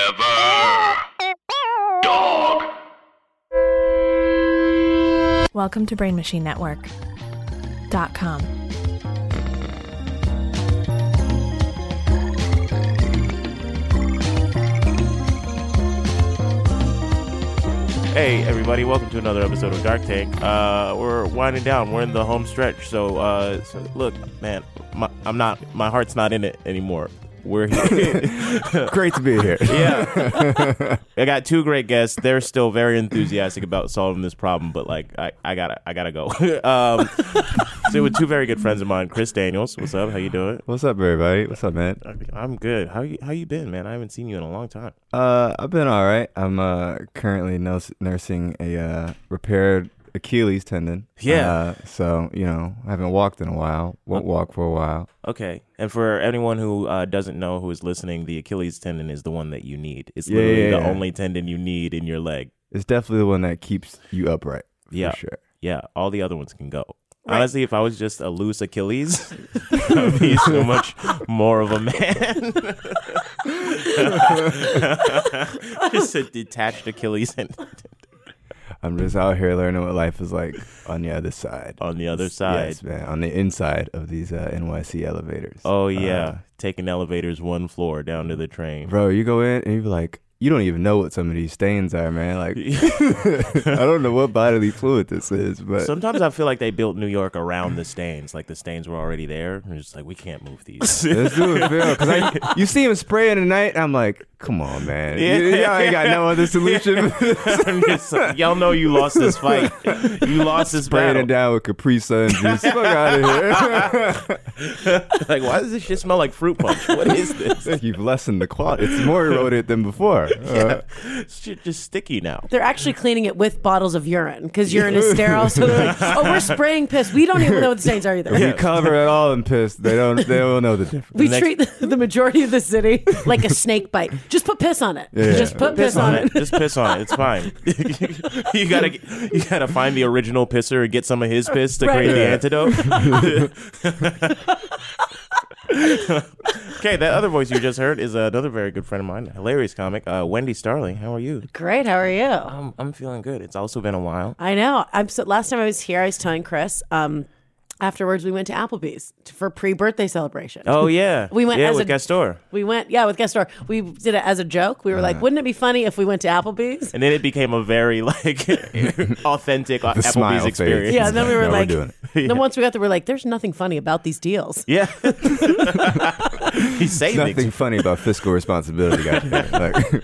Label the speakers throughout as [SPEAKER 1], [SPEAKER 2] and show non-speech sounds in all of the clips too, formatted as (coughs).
[SPEAKER 1] Forever. Dog.
[SPEAKER 2] Welcome to Brain Machine Network. Dot com.
[SPEAKER 3] Hey everybody, welcome to another episode of Dark Take. Uh, we're winding down. We're in the home stretch. So, uh, so look, man, my, I'm not. My heart's not in it anymore. We're here.
[SPEAKER 4] Great to be here. (laughs)
[SPEAKER 3] yeah, I got two great guests. They're still very enthusiastic about solving this problem, but like, I, I gotta, I gotta go. (laughs) um, so with two very good friends of mine, Chris Daniels. What's up? How you doing?
[SPEAKER 4] What's up, everybody? What's up, man?
[SPEAKER 3] I'm good. How you How you been, man? I haven't seen you in a long time.
[SPEAKER 4] Uh, I've been all right. I'm uh, currently nus- nursing a uh, repaired Achilles tendon.
[SPEAKER 3] Yeah.
[SPEAKER 4] Uh, so you know, I haven't walked in a while. Won't walk for a while.
[SPEAKER 3] Okay. And for anyone who uh, doesn't know who is listening, the Achilles tendon is the one that you need. It's
[SPEAKER 4] Yeah,
[SPEAKER 3] literally
[SPEAKER 4] yeah,
[SPEAKER 3] the
[SPEAKER 4] yeah.
[SPEAKER 3] only tendon you need in your leg.
[SPEAKER 4] It's definitely the one that keeps you upright. For
[SPEAKER 3] Yeah.
[SPEAKER 4] Sure.
[SPEAKER 3] Yeah, all the other ones can go. Honestly, if I was just a loose Achilles, (laughs) I'd be so much more of a man. (laughs) just a detached Achilles and
[SPEAKER 4] I'm just out here learning what life is like on the other side.
[SPEAKER 3] on the other side.
[SPEAKER 4] Yes, man. On the inside of these uh, NYC elevators.
[SPEAKER 3] Oh
[SPEAKER 4] Uh,
[SPEAKER 3] yeah, taking elevators one floor down to the train.
[SPEAKER 4] bro, you go in and you be like, you don't even know what some of these stains are,
[SPEAKER 3] (laughs)
[SPEAKER 4] man. Like, (laughs) I don't know what bodily fluid this is, but
[SPEAKER 3] Sometimes I feel like they built New York around the stains, like the stains were already there. They're just like we can't move
[SPEAKER 4] (laughs)
[SPEAKER 3] these. (laughs)
[SPEAKER 4] Let's do it, Phil. Cause I, you see him spraying tonight, I'm like, come on, man.
[SPEAKER 3] Yeah.
[SPEAKER 4] You, y'all ain't got no
[SPEAKER 3] (laughs)
[SPEAKER 4] other solution.
[SPEAKER 3] I'm just like, y'all know you lost this fight. You lost this
[SPEAKER 4] spraying
[SPEAKER 3] battle.
[SPEAKER 4] it down with Capri Sun juice. Fuck
[SPEAKER 3] (laughs)
[SPEAKER 4] out of
[SPEAKER 3] Like, why does this shit smell like fruit punch? What is this?
[SPEAKER 4] here. You've lessened the quality. It's more eroded
[SPEAKER 3] (laughs)
[SPEAKER 4] than before. Uh,
[SPEAKER 3] This shit just sticky now.
[SPEAKER 5] They're actually cleaning it with bottles of urine (laughs) because urine is sterile. So they're like, oh, (laughs) we're spraying piss. We don't even know what the stains are either.
[SPEAKER 4] If you cover it all in piss, they don't. They don't know the difference.
[SPEAKER 5] We
[SPEAKER 3] The next-
[SPEAKER 5] treat the, the majority of the (laughs) city like a snake bite. Just put piss on it.
[SPEAKER 4] Yeah.
[SPEAKER 5] Just put piss, on it. (laughs)
[SPEAKER 3] Just piss on it. It's fine. you gotta get- you gotta find the original pisser and get some of his piss to
[SPEAKER 5] Right.
[SPEAKER 3] create the
[SPEAKER 5] Yeah.
[SPEAKER 3] antidote.
[SPEAKER 4] (laughs)
[SPEAKER 3] (laughs) okay, that other voice you just heard is another very good friend of mine, hilarious comic, uh, Wendy Starling. How are you?
[SPEAKER 5] Great. How are you?
[SPEAKER 3] I'm I'm feeling good. It's also been a while.
[SPEAKER 5] Um, I know. I'm so last time I was here, I was telling Chris. Um, afterwards, we went to Applebee's t- for pre-birthday celebration. (laughs)
[SPEAKER 3] Oh yeah,
[SPEAKER 5] We went
[SPEAKER 3] yeah
[SPEAKER 5] as
[SPEAKER 3] with
[SPEAKER 5] a-
[SPEAKER 3] Gastor,
[SPEAKER 5] We went, yeah, with guest star. We did it as a joke. We were like, wouldn't it be funny if we went to (laughs) Applebee's?
[SPEAKER 3] and then it became a very (laughs)
[SPEAKER 4] (laughs)
[SPEAKER 3] like authentic
[SPEAKER 4] The smile
[SPEAKER 3] Applebee's
[SPEAKER 4] fades.
[SPEAKER 3] experience. (laughs)
[SPEAKER 5] Yeah, and then we were
[SPEAKER 4] No, we're
[SPEAKER 5] like,
[SPEAKER 4] doing
[SPEAKER 5] (laughs) then once we got there, we are like, there's nothing funny about these deals.
[SPEAKER 3] Yeah. (laughs) He's saving.
[SPEAKER 4] Nothing funny about fiscal responsibility, guys. Like,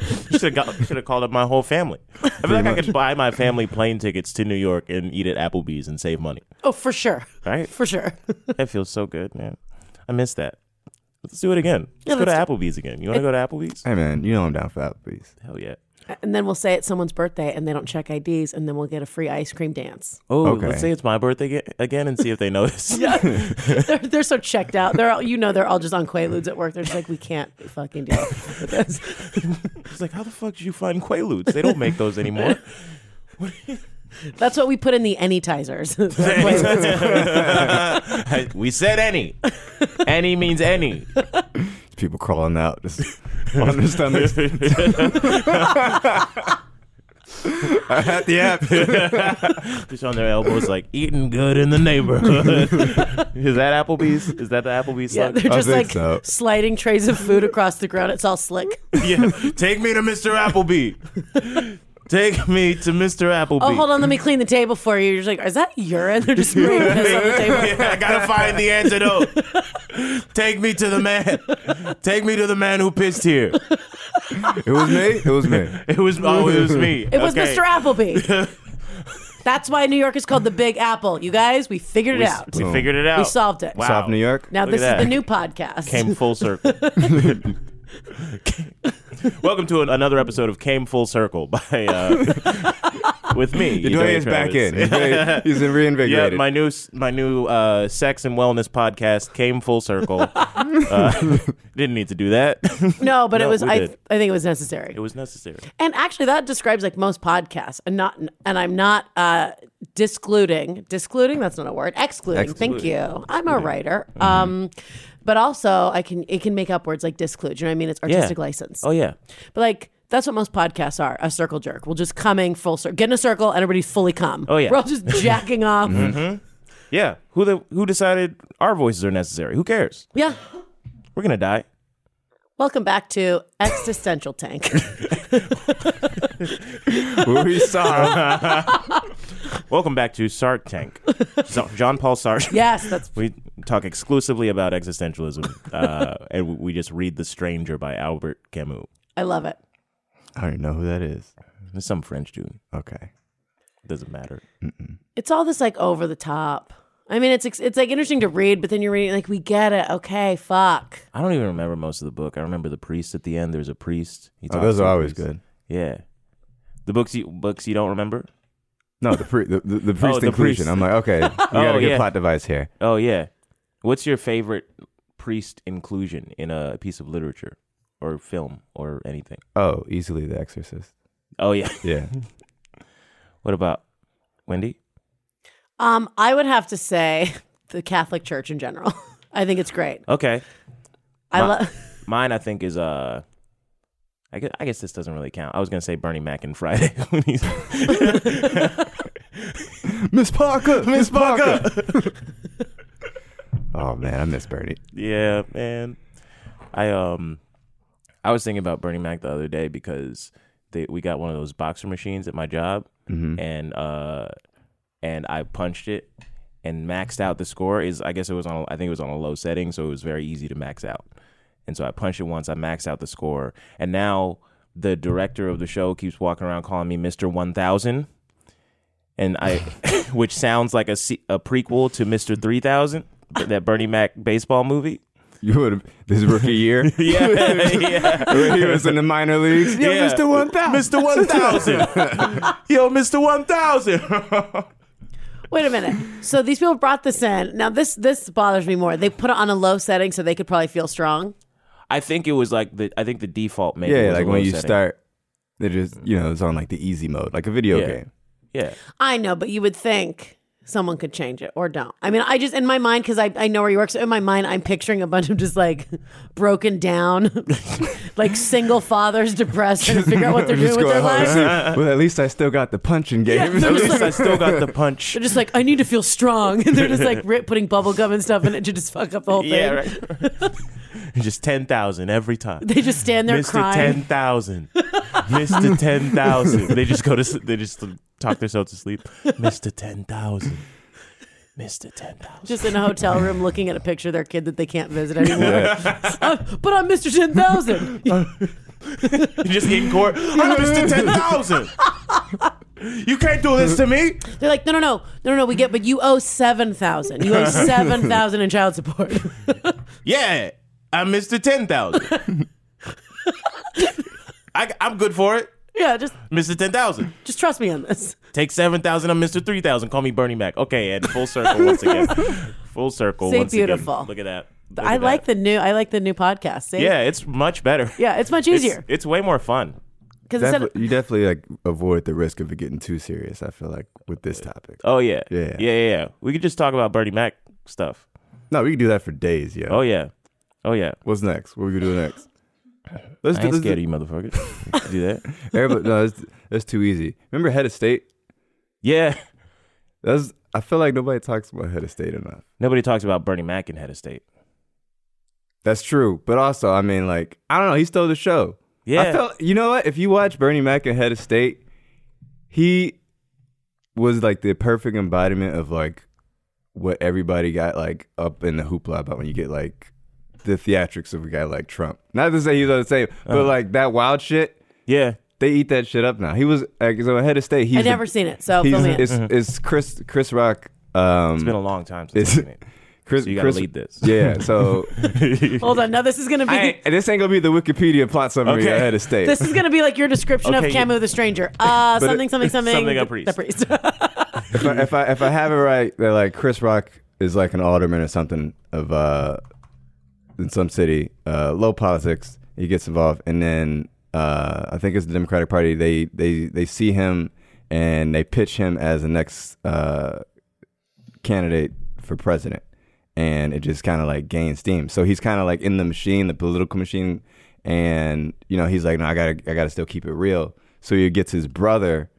[SPEAKER 4] (laughs)
[SPEAKER 3] Should have should have called up my whole family. I feel like I could buy my family plane tickets to New York and eat at Applebee's and save money.
[SPEAKER 5] Oh, for sure. (laughs)
[SPEAKER 3] Right?
[SPEAKER 5] For sure.
[SPEAKER 3] That feels so good, man. I miss that. Let's do it again. Let's
[SPEAKER 5] Yeah,
[SPEAKER 3] go to
[SPEAKER 5] let's
[SPEAKER 3] Applebee's again. You want to go to Applebee's?
[SPEAKER 4] hey, man, you know I'm down for Applebee's.
[SPEAKER 3] Hell yeah.
[SPEAKER 5] And then we'll say it's someone's birthday and they don't check IDs and then we'll get a free ice cream dance.
[SPEAKER 3] Oh,
[SPEAKER 4] Okay.
[SPEAKER 3] let's say it's my birthday ga- again and see if they
[SPEAKER 5] (laughs)
[SPEAKER 3] notice.
[SPEAKER 5] They're, they're so checked out. They're all, you know, they're all just on Quaaludes at work. They're just like, we can't fucking deal with this.
[SPEAKER 3] It's like, how the fuck did you find Quaaludes? They don't make those
[SPEAKER 5] (laughs)
[SPEAKER 3] anymore.
[SPEAKER 5] That's what we put in the (laughs) anytizers.
[SPEAKER 3] (laughs)
[SPEAKER 5] Quaaludes.
[SPEAKER 3] we said any. Any means any.
[SPEAKER 4] People crawling out
[SPEAKER 3] (laughs)
[SPEAKER 4] just on their stomachs. (laughs) I had the
[SPEAKER 3] (laughs)
[SPEAKER 4] app.
[SPEAKER 3] Just on their elbows, like eating good in the neighborhood. (laughs) Is that Applebee's? Is that the Applebee's?
[SPEAKER 5] yeah,
[SPEAKER 3] slug?
[SPEAKER 5] they're just
[SPEAKER 4] think
[SPEAKER 5] like
[SPEAKER 4] so.
[SPEAKER 5] sliding trays of food across the ground. It's all slick.
[SPEAKER 3] (laughs) Yeah, take me to Mr. Appleby. take me to Mr. Appleby.
[SPEAKER 5] Oh,
[SPEAKER 3] (laughs)
[SPEAKER 5] hold on, let me clean the table for you. You're just like, is that urine? They're just spraying piss on
[SPEAKER 3] (laughs)
[SPEAKER 5] the table.
[SPEAKER 3] Yeah, I gotta find the antidote. take me to the man. Take me to the man who pissed here.
[SPEAKER 4] It was me. It was me.
[SPEAKER 3] It was oh, it was me.
[SPEAKER 5] It was
[SPEAKER 3] Okay.
[SPEAKER 5] Mr. Appleby. That's why New York is called the Big Apple. You guys, we figured
[SPEAKER 3] We,
[SPEAKER 5] it
[SPEAKER 3] s-
[SPEAKER 5] out.
[SPEAKER 3] we figured it out.
[SPEAKER 5] We solved it.
[SPEAKER 3] Wow.
[SPEAKER 4] South New York.
[SPEAKER 5] Now
[SPEAKER 3] Look
[SPEAKER 5] this is
[SPEAKER 3] at
[SPEAKER 5] the
[SPEAKER 3] that.
[SPEAKER 5] new podcast.
[SPEAKER 3] Came full (laughs) circle. (laughs) Welcome to an, another episode of Came Full Circle by uh, with me.
[SPEAKER 4] The Dwayne is back in. He's, (laughs) been- he's been
[SPEAKER 3] (laughs) Yeah,
[SPEAKER 4] reinvigorated.
[SPEAKER 3] my new s- my new uh, sex and wellness podcast came full circle. (laughs) uh, didn't need to do that.
[SPEAKER 5] No, but
[SPEAKER 3] No,
[SPEAKER 5] it was
[SPEAKER 3] we
[SPEAKER 5] I
[SPEAKER 3] did.
[SPEAKER 5] I think it was necessary.
[SPEAKER 3] it was necessary.
[SPEAKER 5] And actually, that describes like most podcasts, and not, and I'm not uh, discluding, discluding. That's not a word. Excluding. Thank you. I'm a writer.
[SPEAKER 3] Mm-hmm.
[SPEAKER 5] Um, but also, I can it can make up words like disclude. You know what I mean? It's artistic license.
[SPEAKER 3] Oh yeah.
[SPEAKER 5] But like that's what most podcasts are: a circle jerk. We'll just coming full circle, get in a circle, and everybody's fully come.
[SPEAKER 3] Oh, yeah. Mm-hmm.
[SPEAKER 5] We're all just jacking off.
[SPEAKER 3] Yeah. Who the who decided our voices are necessary? Who cares?
[SPEAKER 5] Yeah.
[SPEAKER 3] We're gonna die.
[SPEAKER 5] Welcome back to Existential Tank. (laughs)
[SPEAKER 3] (laughs)
[SPEAKER 4] we saw.
[SPEAKER 3] Welcome back to Sartre (laughs) Tank. So, John Paul Sartre.
[SPEAKER 5] yes, that's
[SPEAKER 3] We talk exclusively about existentialism,
[SPEAKER 4] (laughs)
[SPEAKER 3] uh, and we- we just read *The Stranger* by Albert Camus.
[SPEAKER 5] I love it.
[SPEAKER 4] I already know who that is.
[SPEAKER 3] It's some French dude.
[SPEAKER 4] Okay.
[SPEAKER 3] Doesn't matter.
[SPEAKER 5] it's all this like over the top. I mean, it's it's like interesting to read, but then you're reading like we get it. Okay, fuck.
[SPEAKER 3] I don't even remember most of the book. I remember the priest at the end. There's a priest. He
[SPEAKER 4] Oh,
[SPEAKER 3] talks
[SPEAKER 4] those
[SPEAKER 3] to
[SPEAKER 4] are
[SPEAKER 3] a
[SPEAKER 4] always
[SPEAKER 3] priest.
[SPEAKER 4] good.
[SPEAKER 3] Yeah. The books you books you don't remember?
[SPEAKER 4] No, the pre- the, the, the priest
[SPEAKER 3] Oh, the
[SPEAKER 4] inclusion.
[SPEAKER 3] priest.
[SPEAKER 4] I'm like,
[SPEAKER 3] (laughs)
[SPEAKER 4] okay, we got
[SPEAKER 3] Oh,
[SPEAKER 4] a good
[SPEAKER 3] yeah.
[SPEAKER 4] plot device here.
[SPEAKER 3] Oh yeah. What's your favorite priest inclusion in a piece of literature or film or anything?
[SPEAKER 4] Oh, easily The Exorcist.
[SPEAKER 3] Oh yeah. (laughs)
[SPEAKER 4] Yeah.
[SPEAKER 3] What about Wendy?
[SPEAKER 5] Um, I would have to say (laughs) the Catholic Church in general. (laughs) I think it's great.
[SPEAKER 3] Okay.
[SPEAKER 5] I
[SPEAKER 3] My-
[SPEAKER 5] love. (laughs)
[SPEAKER 3] Mine I think is uh I guess, I guess this doesn't really count. I was gonna say Bernie Mac and Friday (laughs) when he's
[SPEAKER 4] (laughs) Miss Parker. (laughs) Miss Parker. (laughs) oh man, I miss Bernie.
[SPEAKER 3] Yeah, man. I um I was thinking about Bernie Mac the other day because they we got one of those boxer machines at my job and uh and I punched it and maxed out the score is I guess it was on a, I think it was on a low setting so it was very easy to max out. And so I punched it once, I maxed out the score and now the director of the show keeps walking around calling me Mr. 1000 and I (laughs) which sounds like a se- a prequel to Mr. 3000 that Bernie Mac baseball movie.
[SPEAKER 4] You would have this rookie year.
[SPEAKER 3] (laughs) Yeah, (laughs) yeah.
[SPEAKER 4] when he was in the minor leagues. Yo,
[SPEAKER 3] Yeah.
[SPEAKER 4] Mr. One Thousand.
[SPEAKER 3] Mr. 1000. (laughs) Yo, Mr. 1000.
[SPEAKER 5] Wait a minute. So these people brought this in. Now this this bothers me more. They put it on a low setting so they could probably feel strong.
[SPEAKER 3] I think it was like the I think the default maybe
[SPEAKER 4] (laughs) Yeah,
[SPEAKER 3] was a
[SPEAKER 4] like
[SPEAKER 3] low
[SPEAKER 4] when you
[SPEAKER 3] setting.
[SPEAKER 4] start, they just you know it's on like the easy mode, like a video
[SPEAKER 3] Yeah.
[SPEAKER 4] game.
[SPEAKER 3] Yeah.
[SPEAKER 5] I know, but you would think someone could change it or don't. I mean, I just in my mind because I I know where you work. So in my mind, I'm picturing a bunch of just like (laughs) broken down, (laughs) like single fathers depressed trying to figure out what they're doing
[SPEAKER 4] Just
[SPEAKER 5] with their
[SPEAKER 4] going home.
[SPEAKER 3] (laughs)
[SPEAKER 5] lives.
[SPEAKER 4] See, well, at least I still got the punching game.
[SPEAKER 5] (laughs) Yeah, they're
[SPEAKER 3] (laughs) At least I still got the punch.
[SPEAKER 5] They're just like, I need to feel strong. (laughs) And they're just like rip, putting bubble gum and stuff in it to just fuck up the
[SPEAKER 3] (laughs)
[SPEAKER 5] whole
[SPEAKER 3] Yeah,
[SPEAKER 5] thing.
[SPEAKER 3] right. (laughs) Just 10,000 every (laughs) time.
[SPEAKER 5] They just stand there
[SPEAKER 3] Mr.
[SPEAKER 5] crying.
[SPEAKER 3] 10,000. Mr. 10,000. They just go to s- they just talk themselves to sleep. Mr. 10,000. Mr. 10,000.
[SPEAKER 5] Just in a hotel room looking at a picture of their kid that they can't visit anymore. (laughs) Uh, but I'm Mr.
[SPEAKER 4] (laughs)
[SPEAKER 5] 10,000.
[SPEAKER 3] just in court. I'm Mr. 10,000. You can't do this to me.
[SPEAKER 5] They're like, no, no, no, no, no, no, we get, but you owe 7,000. You owe 7,000 in child support. (laughs)
[SPEAKER 3] Yeah, I'm Mr. 10,000.
[SPEAKER 4] (laughs)
[SPEAKER 3] I, I'm good for it.
[SPEAKER 5] yeah, just
[SPEAKER 3] Mr. 10,000.
[SPEAKER 5] just trust me on this.
[SPEAKER 3] Take 7,000. I'm Mr. 3,000. Call me Bernie Mac. Okay, and full circle once
[SPEAKER 4] (laughs)
[SPEAKER 3] again. Full circle
[SPEAKER 5] Say
[SPEAKER 3] once again.
[SPEAKER 5] beautiful.
[SPEAKER 3] Look at that. Look
[SPEAKER 5] I
[SPEAKER 3] at
[SPEAKER 5] like
[SPEAKER 3] that.
[SPEAKER 5] the new, I like the new podcast. See?
[SPEAKER 3] Yeah, it's much better.
[SPEAKER 5] Yeah, it's
[SPEAKER 3] (laughs)
[SPEAKER 5] much
[SPEAKER 3] It's-
[SPEAKER 5] easier.
[SPEAKER 3] It's, way more fun.
[SPEAKER 5] Because instead
[SPEAKER 4] Defi-
[SPEAKER 5] of,
[SPEAKER 4] you definitely like avoid the risk of it getting too serious. I feel like with this topic.
[SPEAKER 3] Oh, yeah.
[SPEAKER 4] Yeah.
[SPEAKER 3] Yeah, yeah, yeah. We could just talk about Bernie Mac stuff.
[SPEAKER 4] No, we can do that for days. Yeah.
[SPEAKER 3] Oh, yeah. Oh, yeah.
[SPEAKER 4] What's next? What we gonna do next?
[SPEAKER 3] (laughs)
[SPEAKER 4] Let's
[SPEAKER 3] I ain't
[SPEAKER 4] let's
[SPEAKER 3] scared of you, motherfuckers. (laughs) You could do that. (laughs)
[SPEAKER 4] Everybody, no, that's, that's too easy. Remember head of state?
[SPEAKER 3] Yeah.
[SPEAKER 4] That's I feel like nobody talks about head of state enough.
[SPEAKER 3] Nobody talks about Bernie Mac in head of state.
[SPEAKER 4] That's true, but also I mean, like I don't know, he stole the show.
[SPEAKER 3] Yeah.
[SPEAKER 4] I felt you know what? If you watch Bernie Mac and Head of State, he was like the perfect embodiment of like what everybody got like up in the hoopla about when you get like the theatrics of a guy like Trump. Not to say he's on the same,
[SPEAKER 3] Uh-huh.
[SPEAKER 4] but like that wild shit.
[SPEAKER 3] yeah.
[SPEAKER 4] They eat that shit up now. He was like, so head of state. He's
[SPEAKER 5] I've
[SPEAKER 4] the-
[SPEAKER 5] never seen it, so
[SPEAKER 4] he's,
[SPEAKER 5] fill me in.
[SPEAKER 4] it's, it's Chris Chris Rock. Um,
[SPEAKER 3] Mm-hmm. It's been a long time since
[SPEAKER 4] it's
[SPEAKER 3] I've seen it.
[SPEAKER 4] Chris,
[SPEAKER 3] So you gotta
[SPEAKER 4] Chris,
[SPEAKER 3] lead this.
[SPEAKER 4] Yeah,
[SPEAKER 3] (laughs)
[SPEAKER 4] so
[SPEAKER 5] Hold on. No, this is going to be.
[SPEAKER 4] I ain't- (laughs) this ain't gonna be the Wikipedia plot summary
[SPEAKER 3] Okay.
[SPEAKER 4] ahead of state.
[SPEAKER 5] This is going to be like your description
[SPEAKER 3] Okay,
[SPEAKER 5] of
[SPEAKER 3] you-
[SPEAKER 5] Camus the Stranger. Uh,
[SPEAKER 4] But it-
[SPEAKER 5] something, something, something.
[SPEAKER 3] Something a
[SPEAKER 5] the-
[SPEAKER 3] priest.
[SPEAKER 5] The priest. (laughs)
[SPEAKER 4] if, I, if I if I have it right, that like Chris Rock is like an alderman or something of uh in some city, uh low politics. He gets involved, and then uh I think it's the Democratic Party. They they they see him and they pitch him as the next uh candidate for president, and it just kind of like gains steam. So he's kind of like in the machine, the political machine, and you know he's like, no, I gotta I gotta still keep it real. So he gets his brother